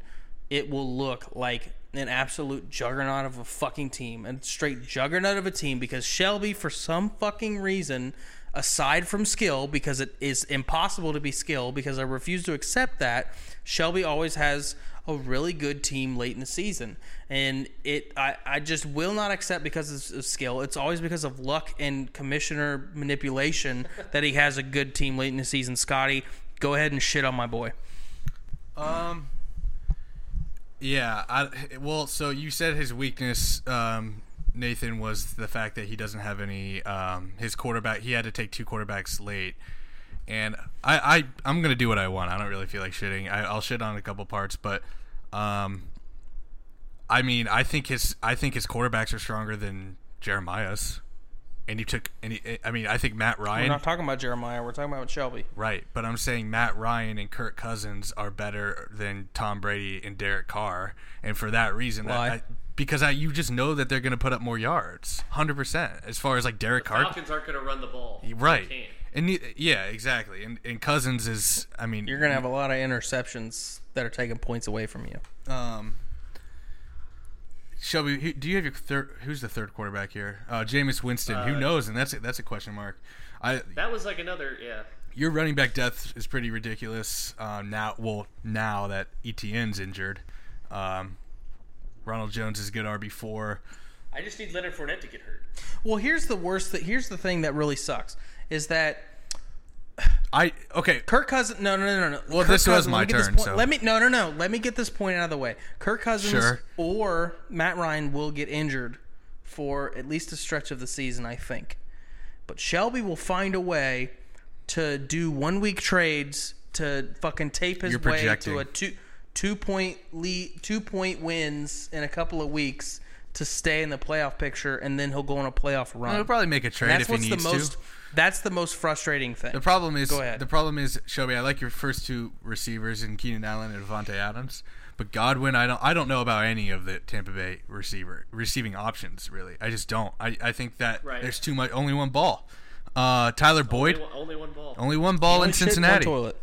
it will look like an absolute juggernaut of a fucking team, a straight juggernaut of a team, because Shelby, for some fucking reason, aside from skill, because it is impossible to be skill, because I refuse to accept that, Shelby always has a really good team late in the season. And it I, I just will not accept because of, of skill. It's always because of luck and commissioner manipulation that he has a good team late in the season. Scotty, go ahead and shit on my boy. Um. Yeah. I well. So you said his weakness, um, Nathan, was the fact that he doesn't have any. Um, his quarterback. He had to take two quarterbacks late, and I, I I'm gonna do what I want. I don't really feel like shitting. I, I'll shit on a couple parts, but, um. I mean, I think his I think his quarterbacks are stronger than Jeremiah's, and he took. And he, I mean, I think Matt We're Ryan. not talking about Jeremiah, we're talking about Shelby. Right, but I'm saying Matt Ryan and Kirk Cousins are better than Tom Brady and Derek Carr, and for that reason, that- Why? I, because I, you just know that they're going to put up more yards, hundred percent. As far as like Derek Carr, Falcons aren't going to run the ball. right? They can't. And ne- yeah, exactly. And and Cousins is, I mean, You're gonna have a lot of interceptions that are taking points away from you. um, Shelby, who, do you have your third? Who's the third quarterback here? Uh, Jameis Winston. who knows? And that's a, that's a question mark. I That was like another yeah. your running back depth is pretty ridiculous uh, now. Well, now that ETN's injured, um, Ronald Jones is a good RB four. I just need Leonard Fournette to get hurt. Well, here's the worst. That here's the thing that really sucks is that I okay. Kirk Cousins. No, no, no, no. Well, Kirk this was Cousins, my let me get this turn, point- so- let me. No, no, no. Let me get this point out of the way. Kirk Cousins Sure. or Matt Ryan will get injured for at least a stretch of the season, I think. But Shelby will find a way to do one week trades to fucking tape his You're way to projecting. a two two point lead, two point wins in a couple of weeks to stay in the playoff picture, and then he'll go on a playoff run. He'll probably make a trade that's if he what's the needs most. to. That's the most frustrating thing. The problem is Go ahead. the problem is Shelby. I like your first two receivers in Keenan Allen and Devontae Adams, but Godwin. I don't. I don't know about any of the Tampa Bay receiver receiving options. Really, I just don't. I, I think that Right. there's too much. Only one ball. Uh, Tyler Boyd. Only, one- only one ball. Only one ball in Only shit in one Cincinnati. toilet.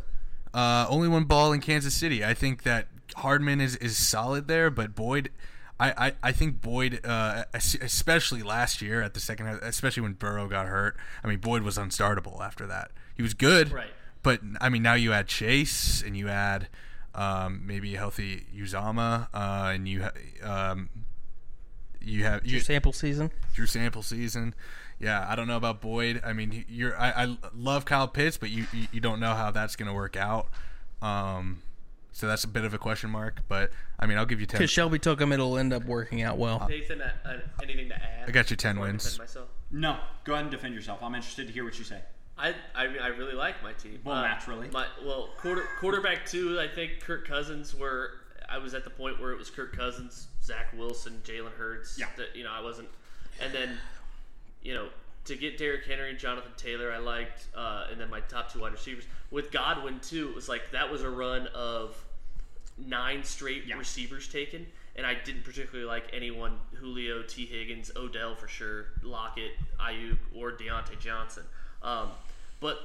Uh, only one ball in Kansas City. I think that Hardman is, is solid there, but Boyd, I, I, I think Boyd, uh, es- especially last year at the second half, especially when Burrow got hurt, I mean, Boyd was unstartable after that. He was good. Right. But, I mean, now you add Chase and you add um, maybe a healthy Uzama uh, and you, ha- um, you have. You, sample season. Drew Sample season. Yeah, I don't know about Boyd. I mean, you're I, I love Kyle Pitts, but you, you you don't know how that's going to work out. Um, so that's a bit of a question mark. But I mean, I'll give you ten. Because Shelby took him, it'll end up working out well. Nathan, uh, uh, anything to add? I got you 10 before I wins. defend Myself. No, go ahead and defend yourself. I'm interested to hear what you say. I, I, I really like my team. Uh, Well, naturally. My, well, quarter, quarterback two, I think Kirk Cousins were. I was at the point where it was Kirk Cousins, Zach Wilson, Jalen Hurts. Yeah. That, you know, I wasn't. And then, you know, to get Derrick Henry and Jonathan Taylor, I liked. Uh, and then my top two wide receivers. With Godwin, too, it was like that was a run of nine straight Yeah. receivers taken. And I didn't particularly like anyone Julio, T. Higgins, Odell for sure, Lockett, Ayuk, or Deontay Johnson. Um, but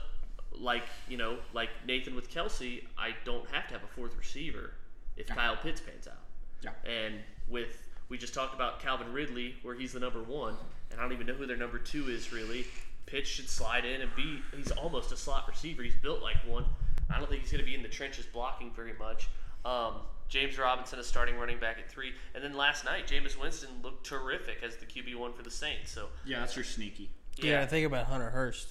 like you know, like Nathan with Kelsey, I don't have to have a fourth receiver if Kyle Pitts pans out. Yeah. And with we just talked about Calvin Ridley, where he's the number one, and I don't even know who their number two is really. Pitts should slide in and be he's almost a slot receiver. He's built like one. I don't think he's going to be in the trenches blocking very much. Um, James Robinson is starting running back at three, and then last night Jameis Winston looked terrific as the QB one for the Saints. So Yeah, that's your sneaky. Yeah, think about Hunter Hurst.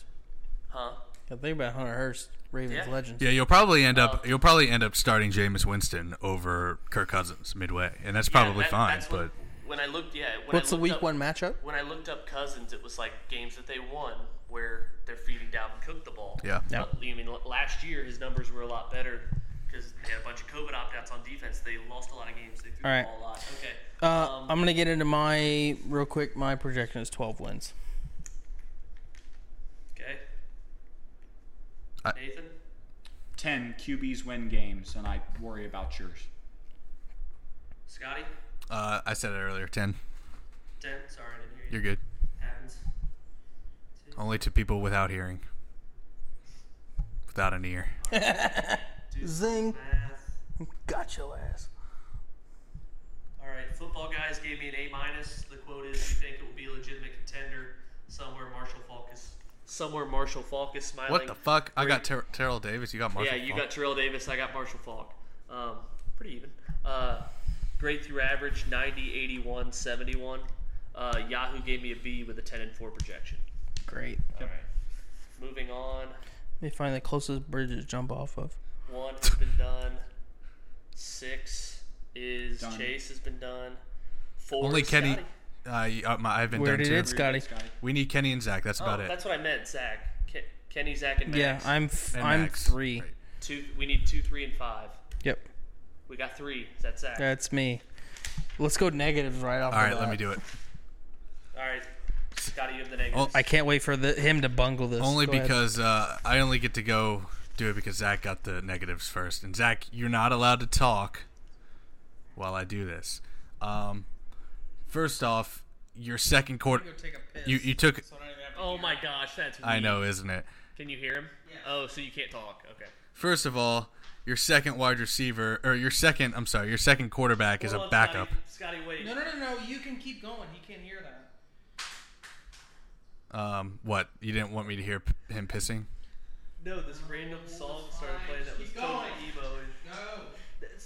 huh? I think about Hunter Hurst, Ravens Yeah. legend. yeah, you'll probably end Uh, up you'll probably end up starting Jameis Winston over Kirk Cousins midway, and that's Yeah, probably that- fine. that's But what- when I looked, yeah. When What's I the looked week up- one matchup? When I looked up Cousins, it was like games that they won where they're feeding Dalvin Cook the ball. Yeah. Yeah. Uh, I mean, l- last year his numbers were a lot better because they had a bunch of COVID opt-outs on defense. They lost a lot of games. They threw All right. the ball a lot. Okay. Um, Uh, I'm gonna get into my real quick. My projection is 12 wins. okay. I- Nathan. Ten QBs win games, and I worry about yours. Scotty. uh, I said it earlier, ten. Ten. Sorry, I didn't hear you. You're good. Happens. Only to people without hearing, without an ear. Zing, Math. got your ass. All right, football guys gave me an A minus. The quote is, "You think it will be a legitimate contender somewhere?" Marshall Falk is somewhere. Marshall Falk is smiling. What the fuck? I got Ter- Terrell Davis. You got Marshall. yeah, you Faulk. got Terrell Davis. I got Marshall Falk. Um, pretty even. Uh, great through average 90, 81, 71. Uh, Yahoo gave me a B with a 10 and 4 projection. Great. All right. Moving on. Let me find the closest bridge to jump off of. One has been done. Six is Done. Chase has been done. Four only is Kenny. Scotty. Uh, you- uh, my, I've been Where done did too. it Scotty. We need Kenny and Zach. That's Oh, about it. that's what I meant, Zach. Ke- Kenny, Zach, and Yeah, Max. I'm f- And I'm Max. three. Right. Two. We need two, three, and five. Yep, We got three. Is that Zach? that's me. Let's go negatives right off. All right, of let that. me do it. All right. Scotty, Oh, you have the negatives. I can't wait for the, him to bungle this. Only Go ahead. because uh, I only get to go do it because Zach got the negatives first, and Zach, you're not allowed to talk while I do this. Um, first off, your second quarter, Take a piss. you you took. So I don't even have to Oh hear my it. gosh, that's. Weird. I know, isn't it? Can you hear him? Oh, so you can't talk. Okay. First of all, your second wide receiver, or your second, I'm sorry, your second quarterback is a backup. Scotty, wait. No, no, no, no. You can keep going. He can't hear that. Um, what? You didn't want me to hear p- him pissing? No, this random song started playing that was Keep totally going. emo. No.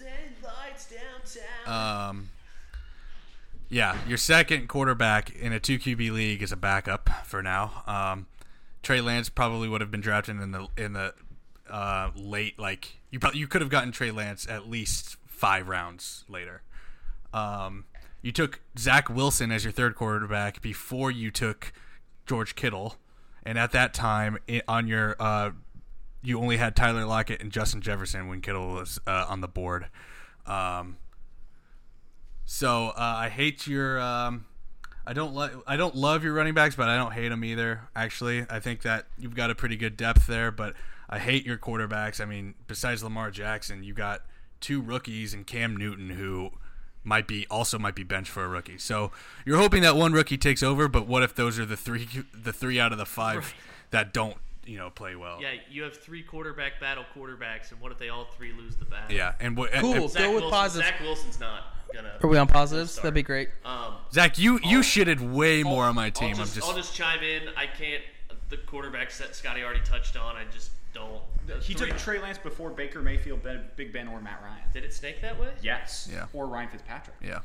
And lights downtown. Um, yeah, your second quarterback in a two QB league is a backup for now. Um, Trey Lance probably would have been drafted in the in the uh, late like you probably you could have gotten Trey Lance at least five rounds later. Um, you took Zach Wilson as your third quarterback before you took George Kittle, and at that time i on your uh, you only had Tyler Lockett and Justin Jefferson when Kittle was uh, on the board. Um, so uh, I hate your. Um, I don't like. I don't love your running backs, but I don't hate them either. Actually, I think that you've got a pretty good depth there. But I hate your quarterbacks. I mean, besides Lamar Jackson, you got two rookies and Cam Newton, who might be also might be benched for a rookie. So you're hoping that one rookie takes over. But what if those are the three the three out of the five Right. that don't you know play well? Yeah, you have three quarterback battle quarterbacks, and what if they all three lose the battle? Yeah, and what? Cool. and- Go with Wilson, positives. Zach Wilson's not gonna. Are we on positives? Sorry. That'd be great. Um, Zach, you you shitted way more on my I'll team. just, I'm just, I'll just chime in. I can't. The quarterbacks that Scotty already touched on, I just don't. those He three- took Trey Lance before Baker Mayfield, ben, Big Ben, or Matt Ryan. Did it snake that way? Yes. Yeah. Or Ryan Fitzpatrick. yeah.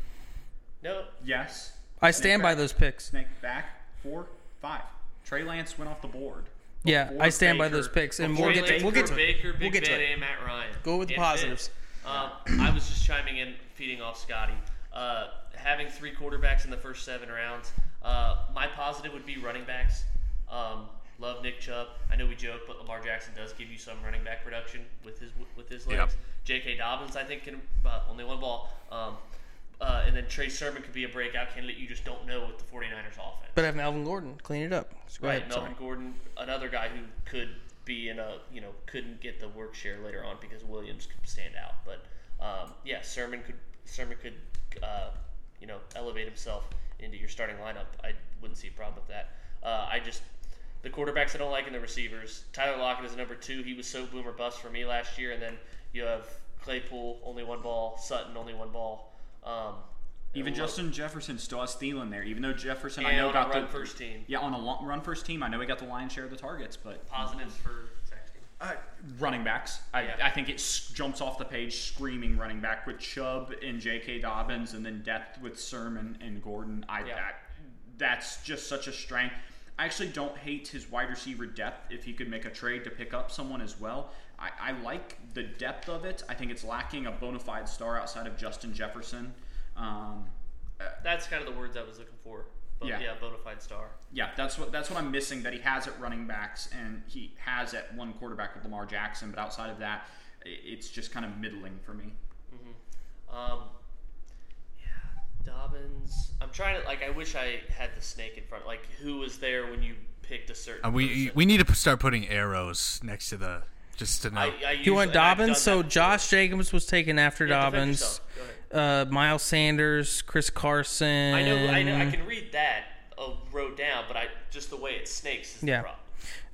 No. Yes. I stand by those picks. Snake back four five. Trey Lance went off the board. Yeah, Before I stand by Baker- those picks, and Trey we'll get Lance, to we'll get to it. Baker, Big We'll get Ben, to it. and Matt Ryan. Go with the And positives. Fitz. Um, I was just chiming in, feeding off Scotty. Uh, having three quarterbacks in the first seven rounds. Uh, my positive would be running backs. Um, love Nick Chubb. I know we joke, but Lamar Jackson does give you some running back production with his with his legs. J.K. Dobbins, I think, can uh, only one ball. Um, uh, and then Trey Sermon could be a breakout candidate. You just don't know with the 49ers offense. But have Melvin Gordon clean it up. Go Right, ahead, Melvin sorry. Gordon, another guy who could be in a you know couldn't get the work share later on because Williams could stand out, but um, yeah, Sermon could Sermon could uh, you know elevate himself into your starting lineup. I wouldn't see a problem with that. Uh, I just the quarterbacks I don't like and the receivers. Tyler Lockett is number two. He was so boom or bust for me last year, and then you have Claypool only one ball, Sutton only one ball. Um, Even Lo- Justin Jefferson still has Thielen there. Even though Jefferson, I And know on a got run the first team. Yeah, on a long, run first team, I know he got the lion's share of the targets, but positives for Zach. Taylor. Uh, running backs. I, Yeah. I think it s- jumps off the page screaming running back with Chubb and J.K. Dobbins, and then depth with Sermon and Gordon. I Yeah. that, that's just such a strength. I actually don't hate his wide receiver depth. If he could make a trade to pick up someone as well, I, I like the depth of it. I think it's lacking a bona fide star outside of Justin Jefferson. Um, That's kind of the words I was looking for. But Yeah. yeah, bona fide star. yeah, that's what that's what I'm missing that he has at running backs and he has at one quarterback with Lamar Jackson, but outside of that, i- it's just kind of middling for me. Um, yeah, Dobbins. I'm trying to like. I wish I had the snake in front. Like, who was there when you picked a certain? Uh, we person? we need to p- start putting arrows next to the just to know. I, I Do you want Dobbins? So John Josh Jacobs was taken after Dobbins. Uh, Miles Sanders, Chris Carson. I know, I know. I can read that a row down, but I just the way it snakes is Yeah. the problem.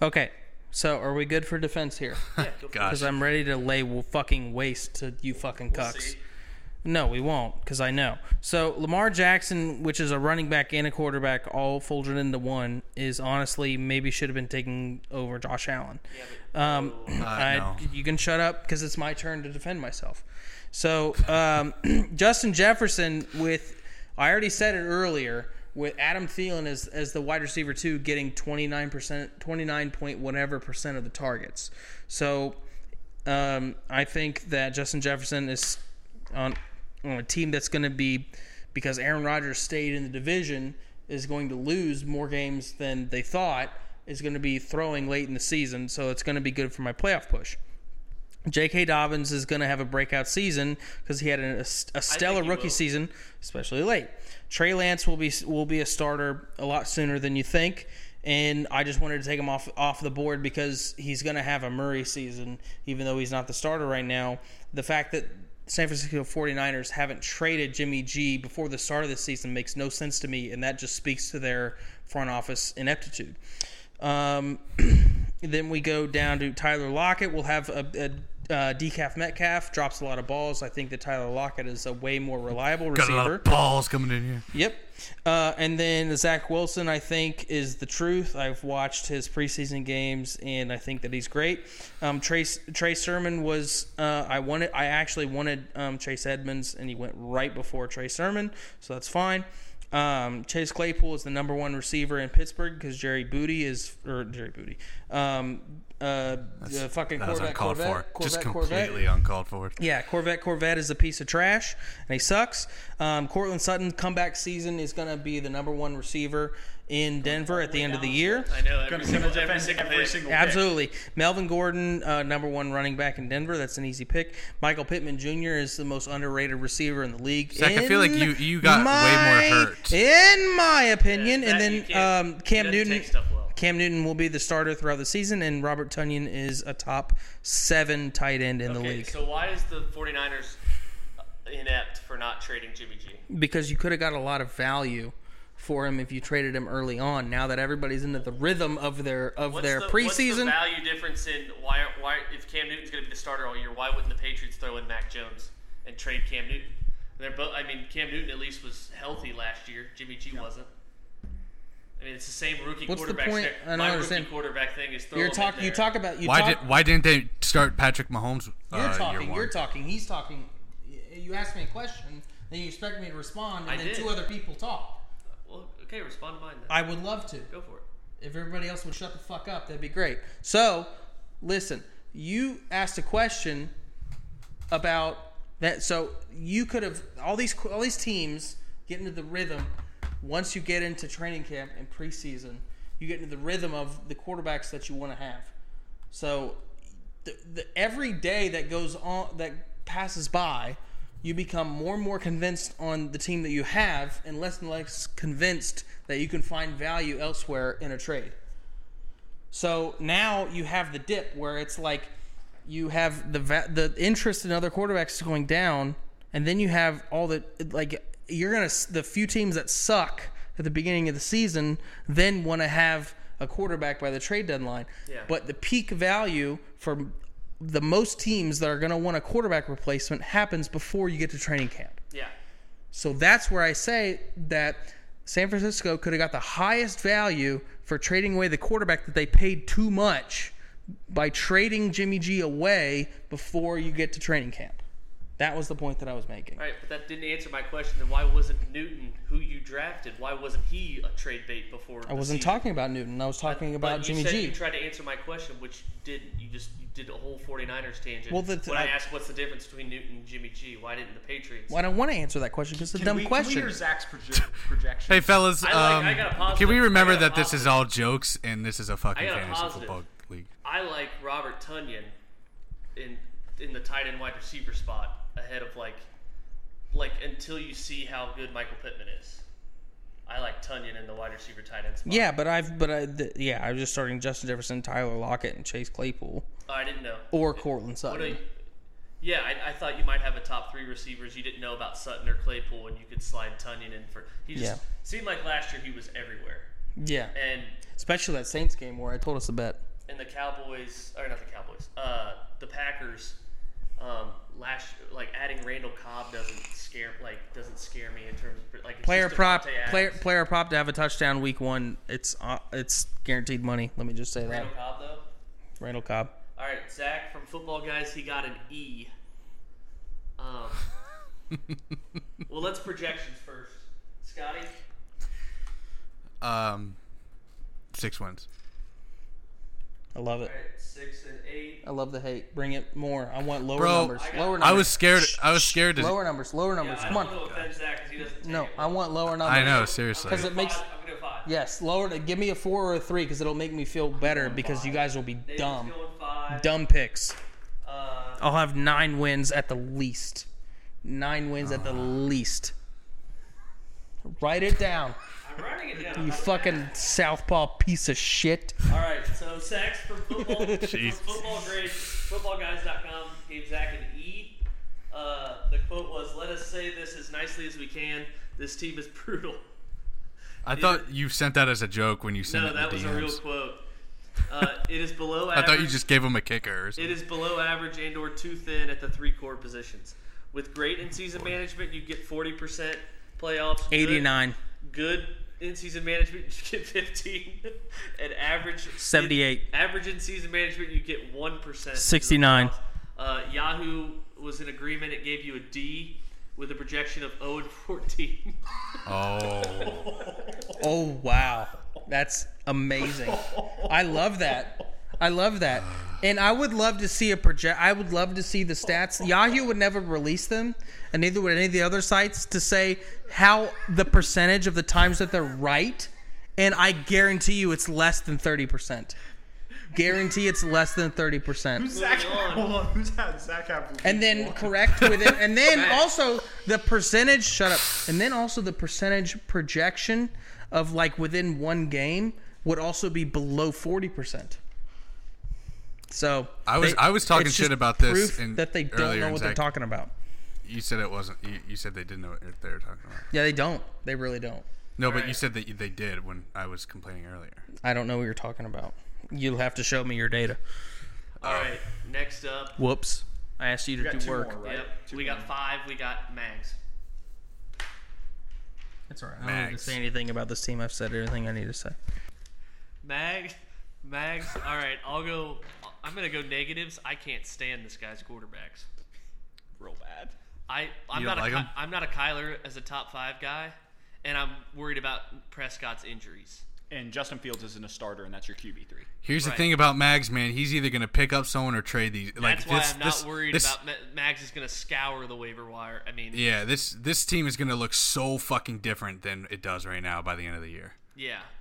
Okay, so are we good for defense here? Yeah, go for it. Gosh, Because I'm ready to lay w- fucking waste to you fucking We'll cucks. see. No, we won't, because I know. So Lamar Jackson, which is a running back and a quarterback, all folded into one, is honestly maybe should have been taking over Josh Allen. Yeah, but- Um, Oh, I, no. You can shut up because it's my turn to defend myself. So um, Justin Jefferson with I already said it earlier with Adam Thielen as, as the wide receiver two getting 29% 29 point whatever percent of the targets. So um, I think that Justin Jefferson is on, on a team that's going to be because Aaron Rodgers stayed in the division is going to lose more games than they thought is going to be throwing late in the season, so it's going to be good for my playoff push. J.K. Dobbins is going to have a breakout season because he had an, a, a stellar he rookie will. season, especially late. Trey Lance will be will be a starter a lot sooner than you think, and I just wanted to take him off off the board because he's going to have a Murray season, even though he's not the starter right now. The fact that San Francisco 49ers haven't traded Jimmy G before the start of the season makes no sense to me, and that just speaks to their front office ineptitude. Um, then we go down to Tyler Lockett. We'll have a, a uh, decaf Metcalf drops a lot of balls. I think that Tyler Lockett is a way more reliable got a lot receiver. of balls coming in here. Yep. Uh, and then Zach Wilson, I think, is the truth. I've watched his preseason games, and I think that he's great. Um, Trey, Trey Sermon was uh, I wanted. I actually wanted um, Chase Edmonds, and he went right before Trey Sermon, so that's fine. Um, Chase Claypool is the number one receiver in Pittsburgh because Jerry Booty is or Jerry Booty, um, uh, the fucking That was Corvette, uncalled Corvette, for. Just Corvette, Corvette. completely uncalled for. Yeah, Corvette Corvette is a piece of trash, and he sucks. Um, Cortland Sutton comeback season is going to be the number one receiver in Denver at the end of the year. I know Gonna every single defend every single every pick. single pick. Absolutely, Melvin Gordon, uh, number one running back in Denver. That's an easy pick. Michael Pittman Jr. is the most underrated receiver in the league. Zach, I feel like in you- you got way more my- hurt. in my opinion. Yeah, that you and then can't- um, he Cam doesn't Newton. take stuff well. Cam Newton will be the starter throughout the season, and Robert Tunyon is a top seven tight end in the Okay, league. so why is the 49ers uh, inept for not trading Jimmy G? because you could have got a lot of value for him if you traded him early on. Now that everybody's into the rhythm of their of What's their the, What's the preseason, value difference in why why if Cam Newton's going to be the starter all year? Why wouldn't the Patriots throw in Mac Jones and trade Cam Newton? They're both. I mean, Cam Newton at least was healthy last year. Jimmy G wasn't. I mean, it's the same rookie What's the quarterback. point? thing. I don't My understand. rookie quarterback thing is throw you're him in talking. You there. talk about you Why talk. did Why didn't they start Patrick Mahomes? Uh, you're Year talking. one? You're talking. He's talking. Y- You asked me a question, then you expect me to respond, and I then did. two other people talk. Well, okay, respond to mine then. I would love to. Go for it. If everybody else would shut the fuck up, that'd be great. So, listen, you asked a question about that. So you could have all these all these teams get into the rhythm. Once you get into training camp and preseason, you get into the rhythm of the quarterbacks that you want to have. So, the, the, every day that goes on that passes by, you become more and more convinced on the team that you have, and less and less convinced that you can find value elsewhere in a trade. So now you have the dip where it's like you have the va- the interest in other quarterbacks going down, and then you have all the like you're gonna s- the few teams that suck at the beginning of the season then want to have a quarterback by the trade deadline. Yeah. But the peak value for the most teams that are going to want a quarterback replacement happens before you get to training camp. Yeah. So that's where I say that San Francisco could have got the highest value for trading away the quarterback that they paid too much by trading Jimmy G away before you get to training camp. That was the point that I was making. All right, but that didn't answer my question. Then why wasn't Newton, who you drafted, why wasn't he a trade bait before? I wasn't talking about Newton. I was talking about but Jimmy you said G. You tried to answer my question, which you didn't. You just you did a whole 49ers tangent. Well, the- when I, I- asked what's the difference between Newton and Jimmy G, why didn't the Patriots? well, I don't want to answer that question because it's a Can dumb we, can we question. hear Zach's proje- projection? Hey fellas, I like- um, I got a positive. can we I remember got a that this is positive. all jokes and this is a fucking I got a fantasy positive. football league? I like Robert Tunyon in in the tight end wide receiver spot ahead of like like until you see how good Michael Pittman is. I like Tunyon in the wide receiver tight end spot. yeah, but I've but I th- yeah I was just starting Justin Jefferson, Tyler Lockett, and Chase Claypool I didn't know. or Cortland What do Sutton. you- yeah, I, I thought you might have a top three receivers. You didn't know about Sutton or Claypool, and you could slide Tunyon in for. He just Yeah. seemed like last year he was everywhere, Yeah, and especially that Saints game where I told us to bet. and the Cowboys or not the Cowboys, uh, the Packers. Um, last like adding Randall Cobb doesn't scare like doesn't scare me in terms of like it's player just prop Devontae Adams. player player prop to have a touchdown week one. It's uh, it's guaranteed money. Let me just say that. Randall Cobb though. Randall Cobb. All right, Zach from Football Guys, he got an E. Um, well, let's projections first. Scotty, Um, six wins. I love it. all right, six and eight. I love the hate. Bring it more. I want lower Bro, numbers. I got- Lower numbers. I was scared. I was scared to. lower numbers. Lower numbers. Yeah, Uh, Come I don't on. want to offend Zach 'cause he doesn't take No, it. I want lower numbers. I know, seriously. I'm gonna 'Cause do it makes- five. I'm gonna do five. Yes, lower. Give me a four or a three because it'll make me feel better because you guys will be Nathan's dumb, going five. dumb picks. Uh, I'll have nine wins at the least. Nine wins at the least. Write it down. I'm writing it down. You fucking southpaw piece of shit. All right, so Zach's from football. from Jesus. football grades, footballguys.com gave Zach an E. Uh, the quote was, "Let us say this as nicely as we can. This team is brutal." I thought you sent that as a joke when you sent No, it. that in was the a DMs. real quote. Uh, it is below I average. thought you just gave him a kicker. Or something. It is below average and or too thin at the three core positions. With great in-season management, you get 40% playoffs. Good- 89. Good in-season management, you get 15. and average 78. average in-season management, you get 1%. 69. Uh, Yahoo was in agreement. It gave you a D. with a projection of 0 and 14. Oh, Oh wow, that's amazing. I love that. I love that. And I would love to see a project. I would love to see the stats. Yahoo would never release them, and neither would any of the other sites to say how the percentage of the times that they're right. And I guarantee you, it's less than thirty percent. Guarantee it's less than thirty percent. Zach, on. hold on. Who's had Zach have? and then correct with it and then also the percentage shut up and then also the percentage projection of like within one game would also be below 40% so I was- I was talking it's shit just about this proof in- that they don't earlier know in what they're Zach. talking about you said it wasn't. You, you said they didn't know what they were talking about. yeah they don't they really don't No, but you said that you, they did when I was complaining earlier. i don't know what you're talking about you'll have to show me your data All right, next up. whoops i asked you to We got do two work more, right? Yep, we got five. We got Mags. that's all right i don't need Mags. to say anything about this team i've said everything i need to say Mags, Mags. All right, I'll go. I'm gonna go negatives. I can't stand this guy's quarterbacks. real bad. I I'm You not don't a like Ky- him? I'm not a Kyler as a top five guy, and I'm worried about Prescott's injuries. And Justin Fields isn't a starter, and that's your QB three. Here's Right. the thing about Mags, man. He's either going to pick up someone or trade these. Like That's why this, I'm not this, worried this, about Ma- Mags is gonna scour the waiver wire. I mean, yeah. Yeah, this this team is going to look so fucking different than it does right now by the end of the year.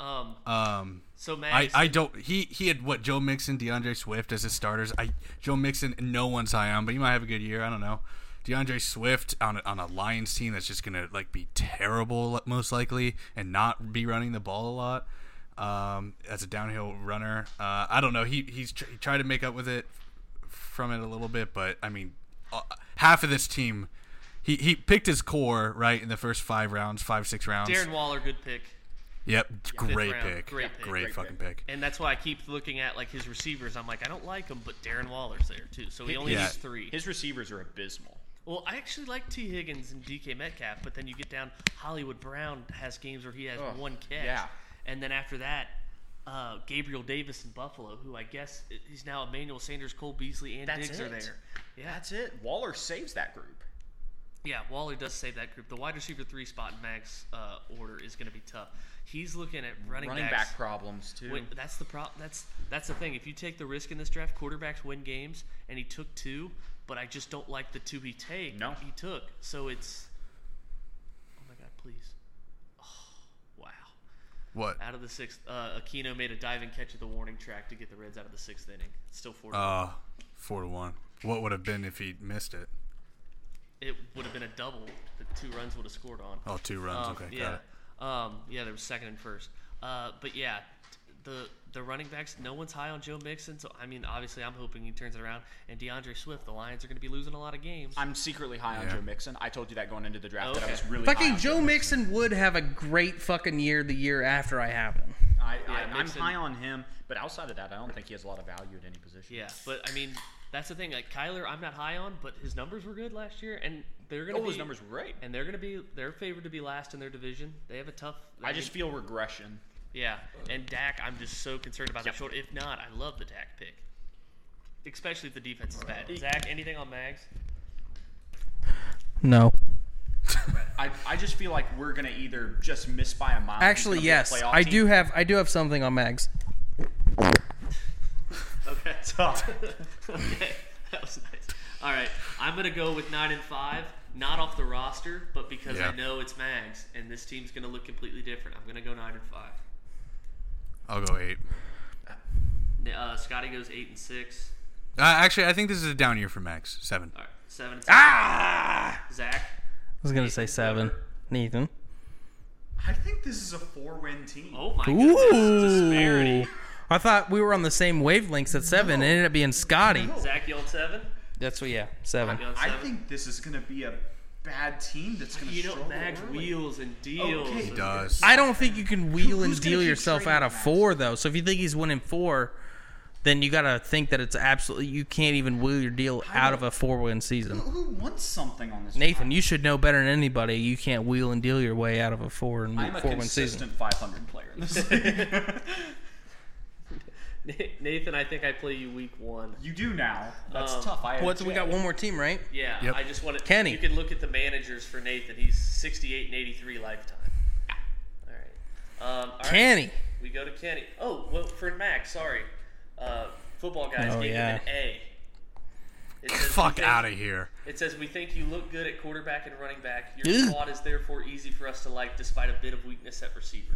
um. Um, So I, Mags. I don't. He he had what Joe Mixon, DeAndre Swift as his starters. I Joe Mixon, no one's high on, but he might have a good year. I don't know. DeAndre Swift on a, on a Lions team that's just gonna like be terrible most likely and not be running the ball a lot. Um, as a downhill runner, uh, I don't know. He he's tr- he tried to make up with it from it a little bit, but I mean, uh, half of this team. He, he picked his core right in the first five rounds, five six rounds. Darren Waller, good pick. yep, great round, great pick, great, pick, great fucking pick. And that's why I keep looking at like his receivers. I'm like, I don't like him, but Darren Waller's there too, so he only Yeah. needs three. His receivers are abysmal. Well, I actually like T. Higgins and DK Metcalf, but then you get down. Hollywood Brown has games where he has Ugh, one catch, yeah. and then after that, uh, Gabriel Davis in Buffalo, who I guess i- he's now Emmanuel Sanders, Cole Beasley, and That's Diggs are it. there. Yeah, That's it. Waller saves that group. yeah. Waller does save that group. The wide receiver three spot in Max uh, order is going to be tough. He's looking at running, Running backs. back problems too. Wait, that's the problem. That's that's the thing. If you take the risk in this draft, quarterbacks win games, and he took two, but I just don't like the two he take. No. he took. So it's. Oh my god! Please. Oh, wow. What? Out of the sixth, uh, Aquino made a diving catch at the warning track to get the Reds out of the sixth inning. It's still four. Uh, four to one. What would have been if he missed it? it would have been a double that two runs would have scored on. Oh, two runs. Um, okay, got yeah. it. Um, yeah, there was second and first. Uh, but yeah, the the running backs, no one's high on Joe Mixon. So I mean, obviously, I'm hoping he turns it around. And DeAndre Swift, the Lions are going to be losing a lot of games. I'm secretly high on Yeah. Joe Mixon. I told you that going into the draft that Okay. I was really high fucking on joe mixon would have a great fucking year the year after i have him I, Yeah, I, I'm Mixon- high on him, but outside of that, I don't think he has a lot of value at any position. yeah, but I mean, that's the thing. Like Kyler, I'm not high on, but his numbers were good last year, and they're going to Oh, be his numbers were great. and they're going to be they're favored to be last in their division. They have a tough. I just mean, feel regression. yeah, and Dak, I'm just so concerned about Yep. the short. If not, I love the Dak pick, especially if the defense is bad. Zach, anything on Mags? no I, I just feel like we're gonna either just miss by a mile. he's actually gonna be a yes playoff i team. do have i do have something on mags Okay. Tough. okay, that was nice. All right, I'm gonna go with nine and five, not off the roster, but because Yeah. I know it's Mags and this team's gonna look completely different. I'm gonna go nine and five. I'll go eight. N- Uh, Scotty goes eight and six. Uh, actually, I think this is a down year for Max. Seven. All right, seven. And ah! Zach. i was gonna say seven nathan I think this is a four-win team. Oh my goodness, Ooh. disparity. I thought we were on the same wavelengths at seven. It ended up being Scotty. Zach yelled seven. That's what, yeah, seven. Yelled I seven. think this is gonna be a bad team that's gonna you know struggle. Mags early. wheels and deals. Okay. and- Does I don't think you can wheel and who's gonna deal keep yourself trading out of Max? four, though. So if you think he's winning four, then you got to think that it's absolutely, you can't even wheel your deal out of a four win season. Who wants something on this? Nathan, you should know better than anybody. You can't wheel and deal your way out of a four and I'm a four win consistent season. 500 player. in this league. Nathan, I think I play you week one. You do now. That's Um, tough. I What? We got one more team, right? Yeah, Yep. I just want to. Kenny. You can look at the managers for Nathan. He's 68 and 83 lifetime. All right. Um, all right. Kenny. We go to Kenny. Oh, well, for Mac, sorry. Uh, football guys Oh, gave him yeah. an A. It says, Fuck "We think- out of here. It says, We think you look good at quarterback and running back. Your Ugh. squad is therefore easy for us to like despite a bit of weakness at receiver.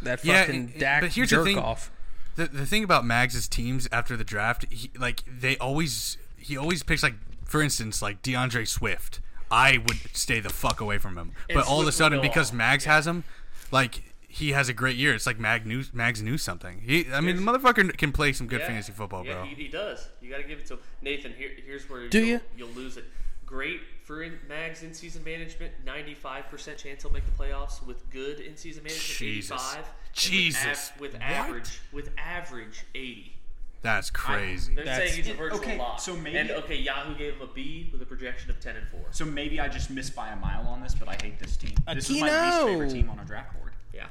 That Yeah, fucking it- it- Dak but here's the jerk thing. off. The, the thing about Mags' teams after the draft, he, like they always, he always picks like, for instance, like DeAndre Swift. I would stay the fuck away from him. And but all Swift of a would sudden, go because off, Mags has him, like he has a great year. It's like Mag knew Mags knew something. He, I mean, the motherfucker can play some good Yeah. fantasy football, yeah, bro. he, he does. You got to give it to him. Nathan, here, here's where Do you'll, ya? you'll lose it. Great for in, Mags in season management, 95% chance he'll make the playoffs. With good in season management, Jesus. 85. and Jesus. With, av- with What? average, with average, 80. That's crazy. They're That's- saying he's a virtual okay, lock. so maybe- and okay, Yahoo gave him a B with a projection of 10 and 4. So maybe I just missed by a mile on this, but I hate this team. This is my least Aquino! favorite team on our draft board. Yeah.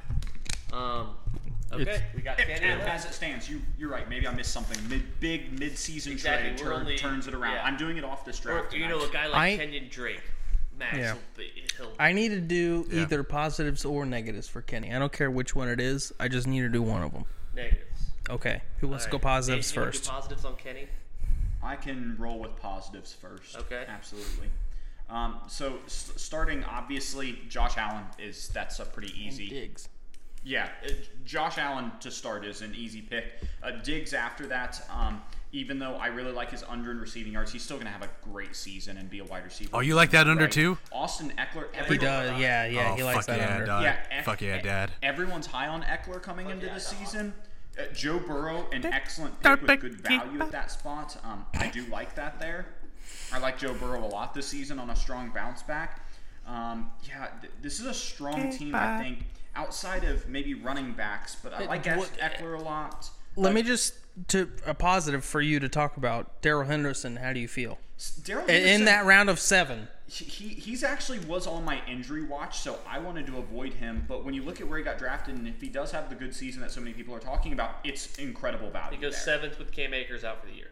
Um, okay, It's- we got If- Kenny. as it stands, you you're right. Maybe I missed something. Mid big mid season Exactly, trade we're turn, only- turns it around. yeah. I'm doing it off this Or, draft. you and I- know, a guy like I- Kenyon Drake. Max Yeah. will be, he'll I need to do Yeah. either positives or negatives for Kenny. I don't care which one it is. I just need to do one of them. negatives. Okay. Who wants to go Alright. positives Nathan, you wanna do first? positives on Kenny. I can roll with positives first. Okay. Absolutely. Um, so s- starting obviously, Josh Allen is that's a pretty easy. Diggs. Yeah, uh, Josh Allen to start is an easy pick. Uh, Diggs after that, um, even though I really like his under and receiving yards, he's still going to have a great season and be a wide receiver. Oh, you like that under Right. too? Austin Eckler. He everyone- does. Yeah, yeah. oh, he fuck likes that yeah, under. Dad. Eck- fuck yeah, Eck- Dad. Everyone's high on Eckler coming into yeah, the dog. season. Uh, Joe Burrow, an excellent pick with good value at that spot. Um, I do like that there. I like Joe Burrow a lot this season on a strong bounce back. Um, yeah, th- this is a strong team, I think, outside of maybe running backs, but I like what- Eckler a lot. Let me just to a positive for you to talk about Daryl Henderson. How do you feel Daryl in, in Henderson- that round of seven? he he- he's actually was on my injury watch, so I wanted to avoid him. But when you look at where he got drafted, and if he does have the good season that so many people are talking about, it's incredible value. He goes there. seventh with Cam Akers out for the year,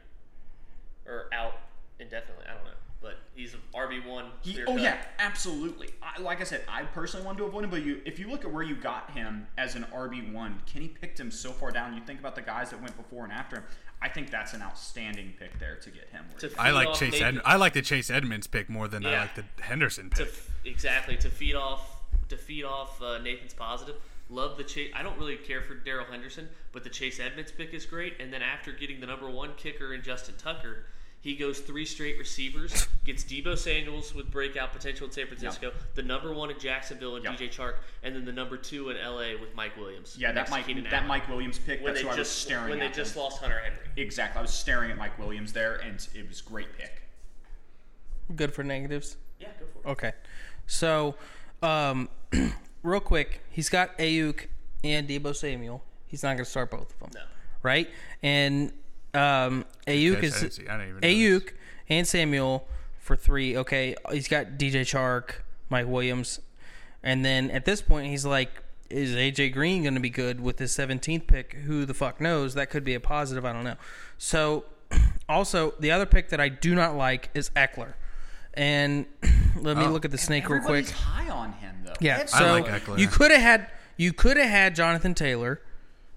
or out indefinitely. I don't know, but he's RB one. He- oh yeah, absolutely. I, like I said, I personally wanted to avoid him, but you, if you look at where you got him as an RB one, Kenny picked him so far down. You think about the guys that went before and after him. I think that's an outstanding pick there to get him. where To he- I feed like off Chase. Nathan- Ed- I like the Chase Edmonds pick more than I Yeah. like the Henderson to pick. f- exactly to feed off to feed off uh, Nathan's positive. Love the chase. I don't really care for Daryl Henderson, but the Chase Edmonds pick is great. And then after getting the number one kicker in Justin Tucker, he goes three straight receivers, gets Debo Samuels with breakout potential in San Francisco, the number one in Jacksonville and Yeah. DJ Chark, and then the number two in LA with Mike Williams. yeah, that next to Mike Keenan that Allen. Mike Williams pick. when that's they who I was just staring when at. they just him. lost Hunter Henry. exactly, I was staring at Mike Williams there, and it was a great pick. Good for negatives. Yeah, go for it. Okay. So, um, real quick, he's got Ayuk and Debo Samuel. He's not going to start both of them, No. right? And um, Ayuk Yes, I didn't is see- I didn't even notice. Ayuk and Samuel for three. Okay, he's got DJ Chark, Mike Williams, and then at this point he's like, is AJ Green going to be good with his 17th pick? Who the fuck knows? That could be a positive. I don't know. So, also the other pick that I do not like is Eckler, and let Oh. me look at the snake real quick. Everybody's high on him though. Yeah, Everybody- so like Eckler. you could have had you could have had Jonathan Taylor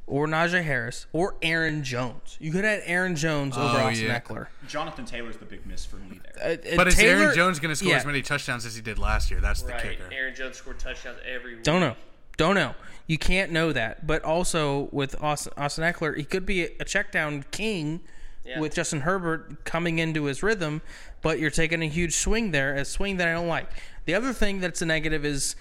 or Najee Harris or Aaron Jones. You could have had Aaron Jones over Oh, Austin yeah. Eckler. Uh, Jonathan Taylor's the big miss for me there. But is Aaron Jones going to score as many touchdowns as he did last year? That's the Right. kicker. Aaron Jones scored touchdowns every week. Don't know. Don't know. You can't know that. But also with Austin, Austin Eckler, he could be a check down king Yeah. with Justin Herbert coming into his rhythm, but you're taking a huge swing there, a swing that I don't like. The other thing that's a negative is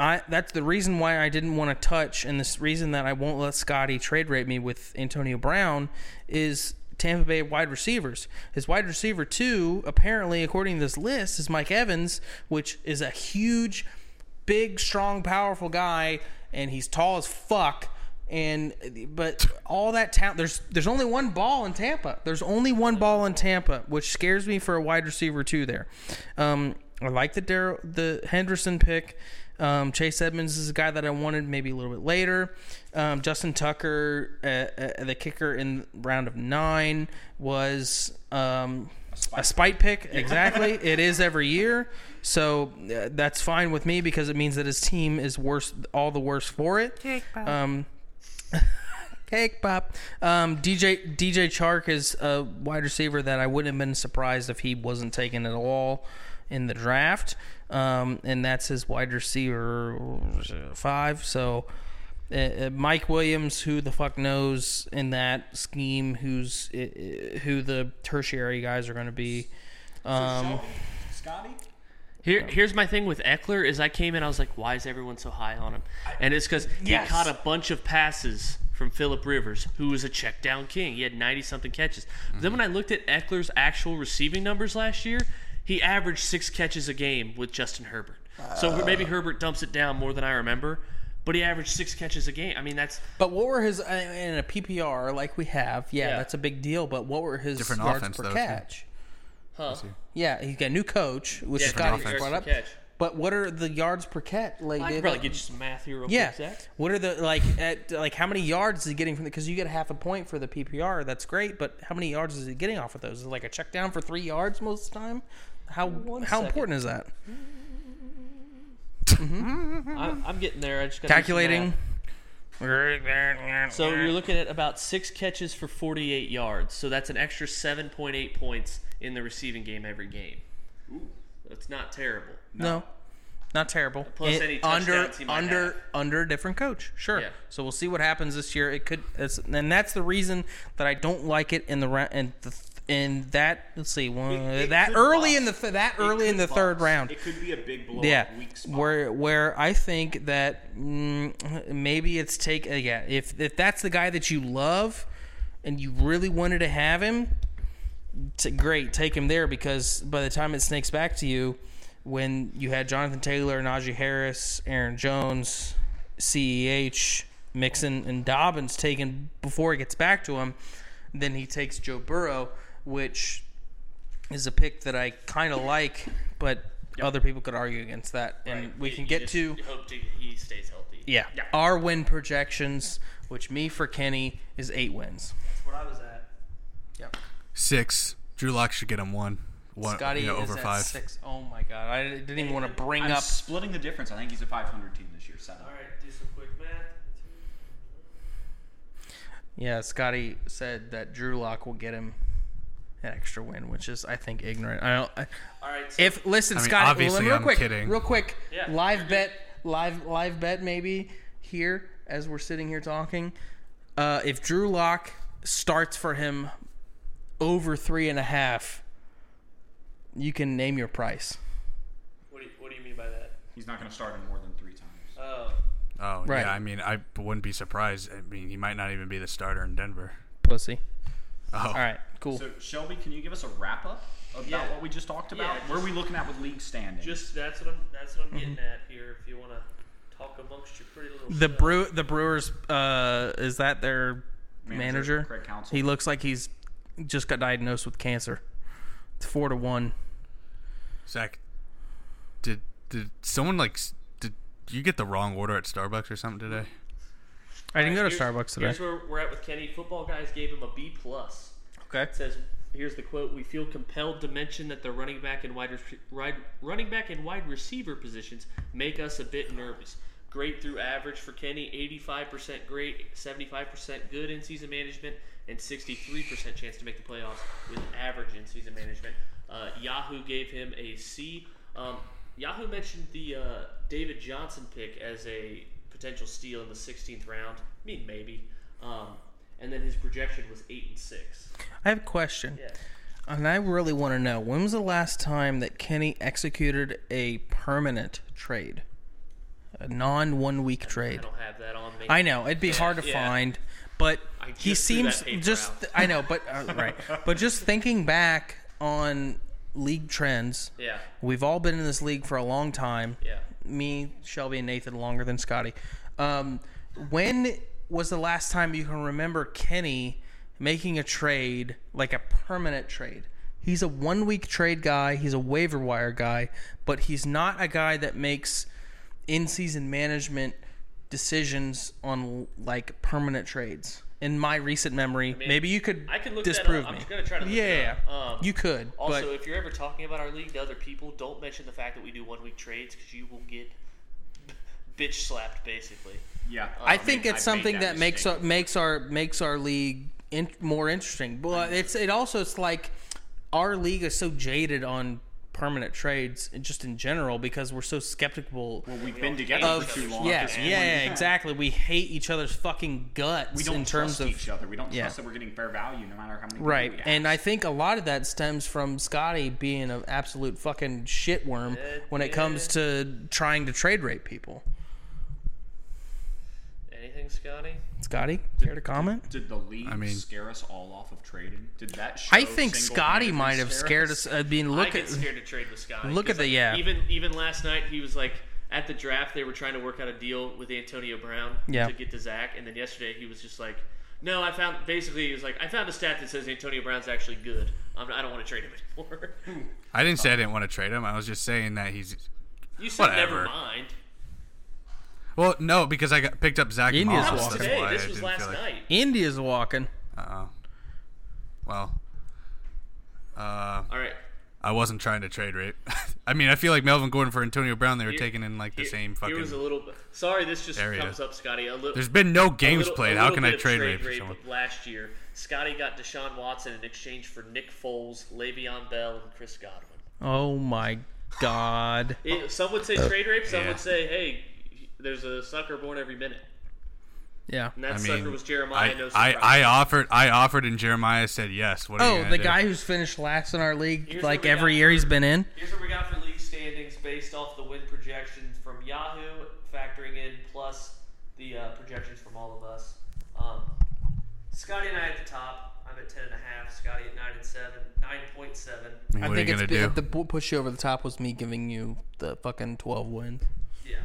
I that's the reason why I didn't want to touch and this reason that I won't let Scotty trade rate me with Antonio Brown is Tampa Bay wide receivers. His wide receiver two, apparently, according to this list, is Mike Evans, which is a huge big, strong, powerful guy, and he's tall as fuck. And but all that talent, there's there's only one ball in Tampa. There's only one ball in Tampa, which scares me for a wide receiver too. There, um, I like the Dar- the Henderson pick. Um, Chase Edmonds is a guy that I wanted maybe a little bit later. Um, Justin Tucker, uh, uh, the kicker in round of nine, was um, a spite pick. Exactly, it is every year, so uh, that's fine with me because it means that his team is worse, all the worse for it. Um, Cake pop. Um, DJ DJ Chark is a wide receiver that I wouldn't have been surprised if he wasn't taken at all in the draft, um, and that's his wide receiver five. So uh, uh, Mike Williams, who the fuck knows in that scheme, who's uh, uh, who the tertiary guys are going to be. Um, Scotty? Here, here's my thing with Eckler is I came in I was like, why is everyone so high on him? And it's because Yes. he caught a bunch of passes from Philip Rivers, who was a check down king. He had ninety something catches. But Then when I looked at Eckler's actual receiving numbers last year, he averaged six catches a game with Justin Herbert. so maybe Herbert dumps it down more than I remember, but he averaged six catches a game. I mean that's But what were his I- in a PPR like we have? Yeah, Yeah. that's a big deal. But what were his Different yards offense, per though, too. catch? huh. Yeah, he's got a new coach, which different Scotty just offense. brought up. Catch. But what are the yards per catch? Like, I did- could probably get you some math here real yeah. quick, Zach. What are the like at like how many yards is he getting from? Because you get half a point for the PPR, that's great. But how many yards is he getting off of those? Is it like a check down for three yards most of the time? How how second. important is that? I'm, I'm getting there. I just got Mm-hmm. Calculating. So you're looking at about six catches for 48 yards. So that's an extra 7.8 points in the receiving game every game. That's not terrible. No. Not terrible. Plus And any under touchdowns he might under have. under a different coach. Sure. Yeah. So we'll see what happens this year. It could it's, and that's the reason that I don't like it in the round and the in that let's see one It- it that could early bust. in the th- that early It in the could third bust. round. It could be a big blow Yeah, up weak spot. where where I think that mm, maybe it's take uh, yeah if if that's the guy that you love and you really wanted to have him, t- great, take him there because by the time it snakes back to you, when you had Jonathan Taylor, Najee Harris, Aaron Jones, Ceh, Mixon, and Dobbins taken before it gets back to him, then he takes Joe Burrow, which is a pick that I kind of like, but other people could argue against that, and we can get to hope to, he stays healthy. yeah. our win projections, which me for Kenny is eight wins. That's what I was at. Six. Drew Lock should get him one. One Scotty you know, is over at five. six. Oh my god, I didn't even want to bring I'm up. splitting the difference. I think he's a 500 team this year. Seven. All right, do some quick math. Yeah, Scotty said that Drew Lock will get him an extra win, which is I think ignorant. I don't. I, All right. So if listen, I mean, Scotty, obviously, real I'm quick, kidding. real quick, Yeah, live you're good. bet, live live bet maybe here as we're sitting here talking. Uh, if Drew Lock starts for him over three and a half, you can name your price. what, do you, what do you mean by that? He's not going to start him more than three times. Oh, Oh Right. yeah, I mean I wouldn't be surprised. I mean he might not even be the starter in Denver. Pussy. Oh, All right, cool. So Shelby, can you give us a wrap up about Yeah. what we just talked about? Yeah, Where are just- we looking at with league standings? just that's what I'm that's what I'm getting at here. If you want to talk amongst your pretty little Mm-hmm. the selves. brew the Brewers uh, is that their manager? Manager, Craig Counsell. He looks like he's just got diagnosed with cancer. It's four to one. Zach, did did someone like s- did you get the wrong order at Starbucks or something today? I didn't go to Here's- Starbucks today. Here's where we're at with Kenny. Football guys gave him a B plus. Okay. It says, "Here's the quote: We feel compelled to mention that the running back and wide rec- ride, running back and wide receiver positions make us a bit nervous. Great through average for Kenny, 85% great, 75% good in season management, and 63% chance to make the playoffs with average in season management. Uh, Yahoo gave him a C. Um, Yahoo mentioned the uh, David Johnson pick as a potential steal in the 16th round. I mean, maybe. Um, and then his projection was eight and six. I have a question, Yeah. and I really want to know when was the last time that Kenny executed a permanent trade, a non one week I trade? don't have that on me. I know it'd be hard to yeah. find, but I he just threw that seems paper just. out. I know, but uh, right, but just thinking back on league trends, Yeah, we've all been in this league for a long time. yeah. me, Shelby, and Nathan longer than Scotty. Um, when was the last time you can remember Kenny making a trade, like a permanent trade? He's a one week trade guy. He's a waiver wire guy, but he's not a guy that makes in season management decisions on like permanent trades. In my recent memory, maybe you could I could look disprove that up. me. I'm gonna try to look it yeah, up. Um, you could. Also, but if you're ever talking about our league to other people, don't mention the fact that we do one week trades because you will get bitch slapped basically. Yeah, I think it's I've made something that, makes mistake. our, makes our makes our league in, more interesting. But it's it also it's like our league is so jaded on permanent trades and just in general because we're so skeptical. Well, we've been together of for too long. yeah, at this yeah, point. yeah, exactly. We hate each other's fucking guts We don't in terms trust of each other. We don't yeah. trust that we're getting fair value, no matter how many. people Right, we ask. and I think a lot of that stems from Scotty being an absolute fucking shitworm when it comes to trying to trade rate people. Anything, Scotty? Scotty, care to comment? Did the league I mean- scare us all off of trading? Did that? Show I think Scotty single-handedly might have scare scared us. I mean, I look get at scared to trade with Scotty. look at 'cause, the- like, yeah. Even even last night he was like at the draft they were trying to work out a deal with Antonio Brown Yeah. to get to Zach, and then yesterday he was just like, no, I found basically he was like, I found a stat that says Antonio Brown's actually good. I'm, I don't want to trade him anymore. I didn't say I didn't want to trade him. I was just saying that he's. you said never Whatever. mind. Well, no, because I got, picked up Zach India's Moss. That was Awesome. That's today. why I This was didn't last feel like, night. India's walking. Uh-oh. Well, uh, All right. I wasn't trying to trade rate. I mean, I feel like Melvin Gordon for Antonio Brown. They were taking in like the Here- same Here was a fucking. little. Sorry, this just area. comes up, Scotty. A little. There's been no games little- played. a How little can bit I of trade, rate for rape someone? Last year, Scotty got Deshaun Watson in exchange for Nick Foles, Le'Veon Bell, and Chris Godwin. Oh my god. It- some would say trade rape. Some Yeah. would say, hey, there's a sucker born every minute. Yeah. And that I sucker mean, was Jeremiah. I, no surprise. I, I offered, I offered, and Jeremiah said yes. What? Are you Oh, gonna the do? guy who's finished last in our league Here's like what we every got. year he's been in. Here's what we got for league standings based off the win projections from Yahoo, factoring in plus the uh, projections from all of us. Um, Scotty and I at the top. I'm at ten and a half. Scotty at nine and seven, nine point seven. I mean, what are you gonna do? the bu- push you over the top was me giving you the fucking 12 win. Yeah.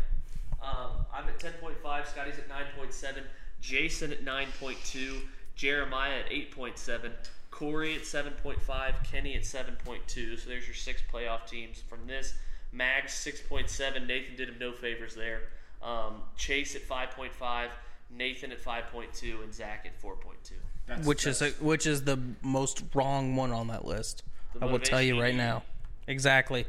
Um, I'm at 10.5. Scotty's at 9.7. Jason at 9.2. Jeremiah at 8.7. Corey at 7.5. Kenny at 7.2. So there's your six playoff teams from this. Mags 6.7. Nathan did him no favors there. Um, Chase at 5.5. Nathan at 5.2. And Zach at 4.2. That's- Which is a, that's- which is the most wrong one on that list. The I will tell you motivation right you now. Exactly.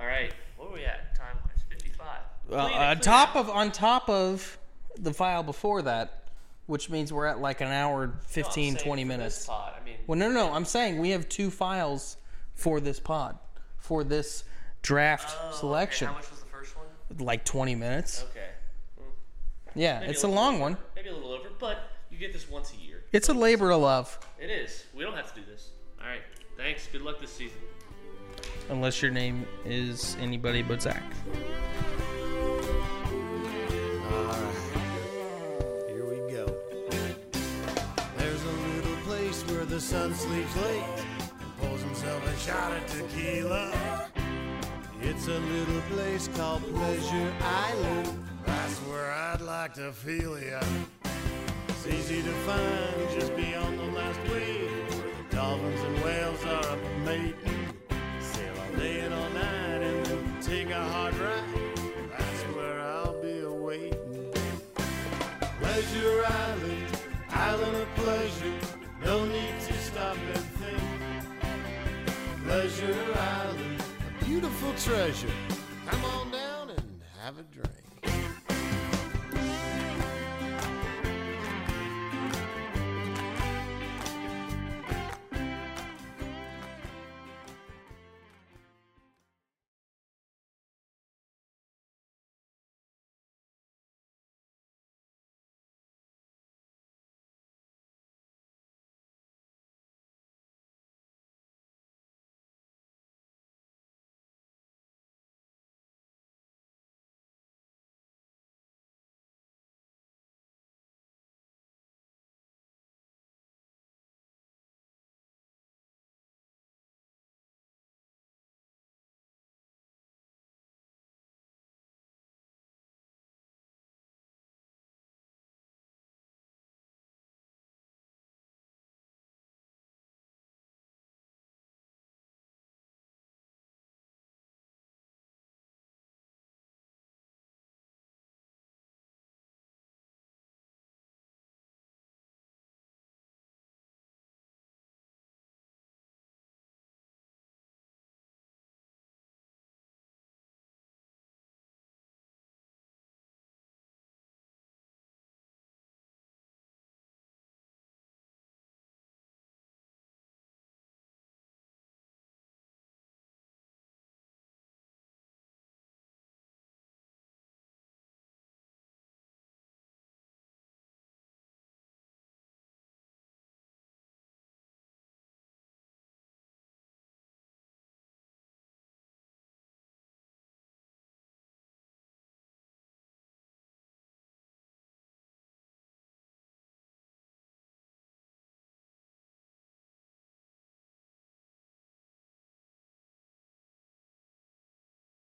All right. What are we at time wise? 55. Uh, Clean it, Oh, on clean top it. of on top of the file before that, which means we're at like an hour and No, I'm 15 saying 20 for this minutes. pod, I mean, Well, no, no, no. I'm saying we have two files for this pod, for this draft Oh, okay, selection. How much was the first one? Like 20 minutes. Okay. Yeah, Maybe it's a little long over. one. Maybe a little over, but you get this once a year. It's a labor of love, It is. We don't have to do this. All right. Thanks. Good luck this season. unless your name is anybody but Zach. Here we go. There's a little place where the sun sleeps late and pulls himself a shot of tequila. It's a little place called Pleasure Island. That's where I'd like to feel ya. It's easy to find just beyond the last wave where the dolphins and whales are a mating. Sail all day and all night and then take a hard ride. That's where I'll be awaiting. Pleasure Island, island of pleasure. No need to stop and think. Pleasure Island, a beautiful treasure. Come on down and have a drink.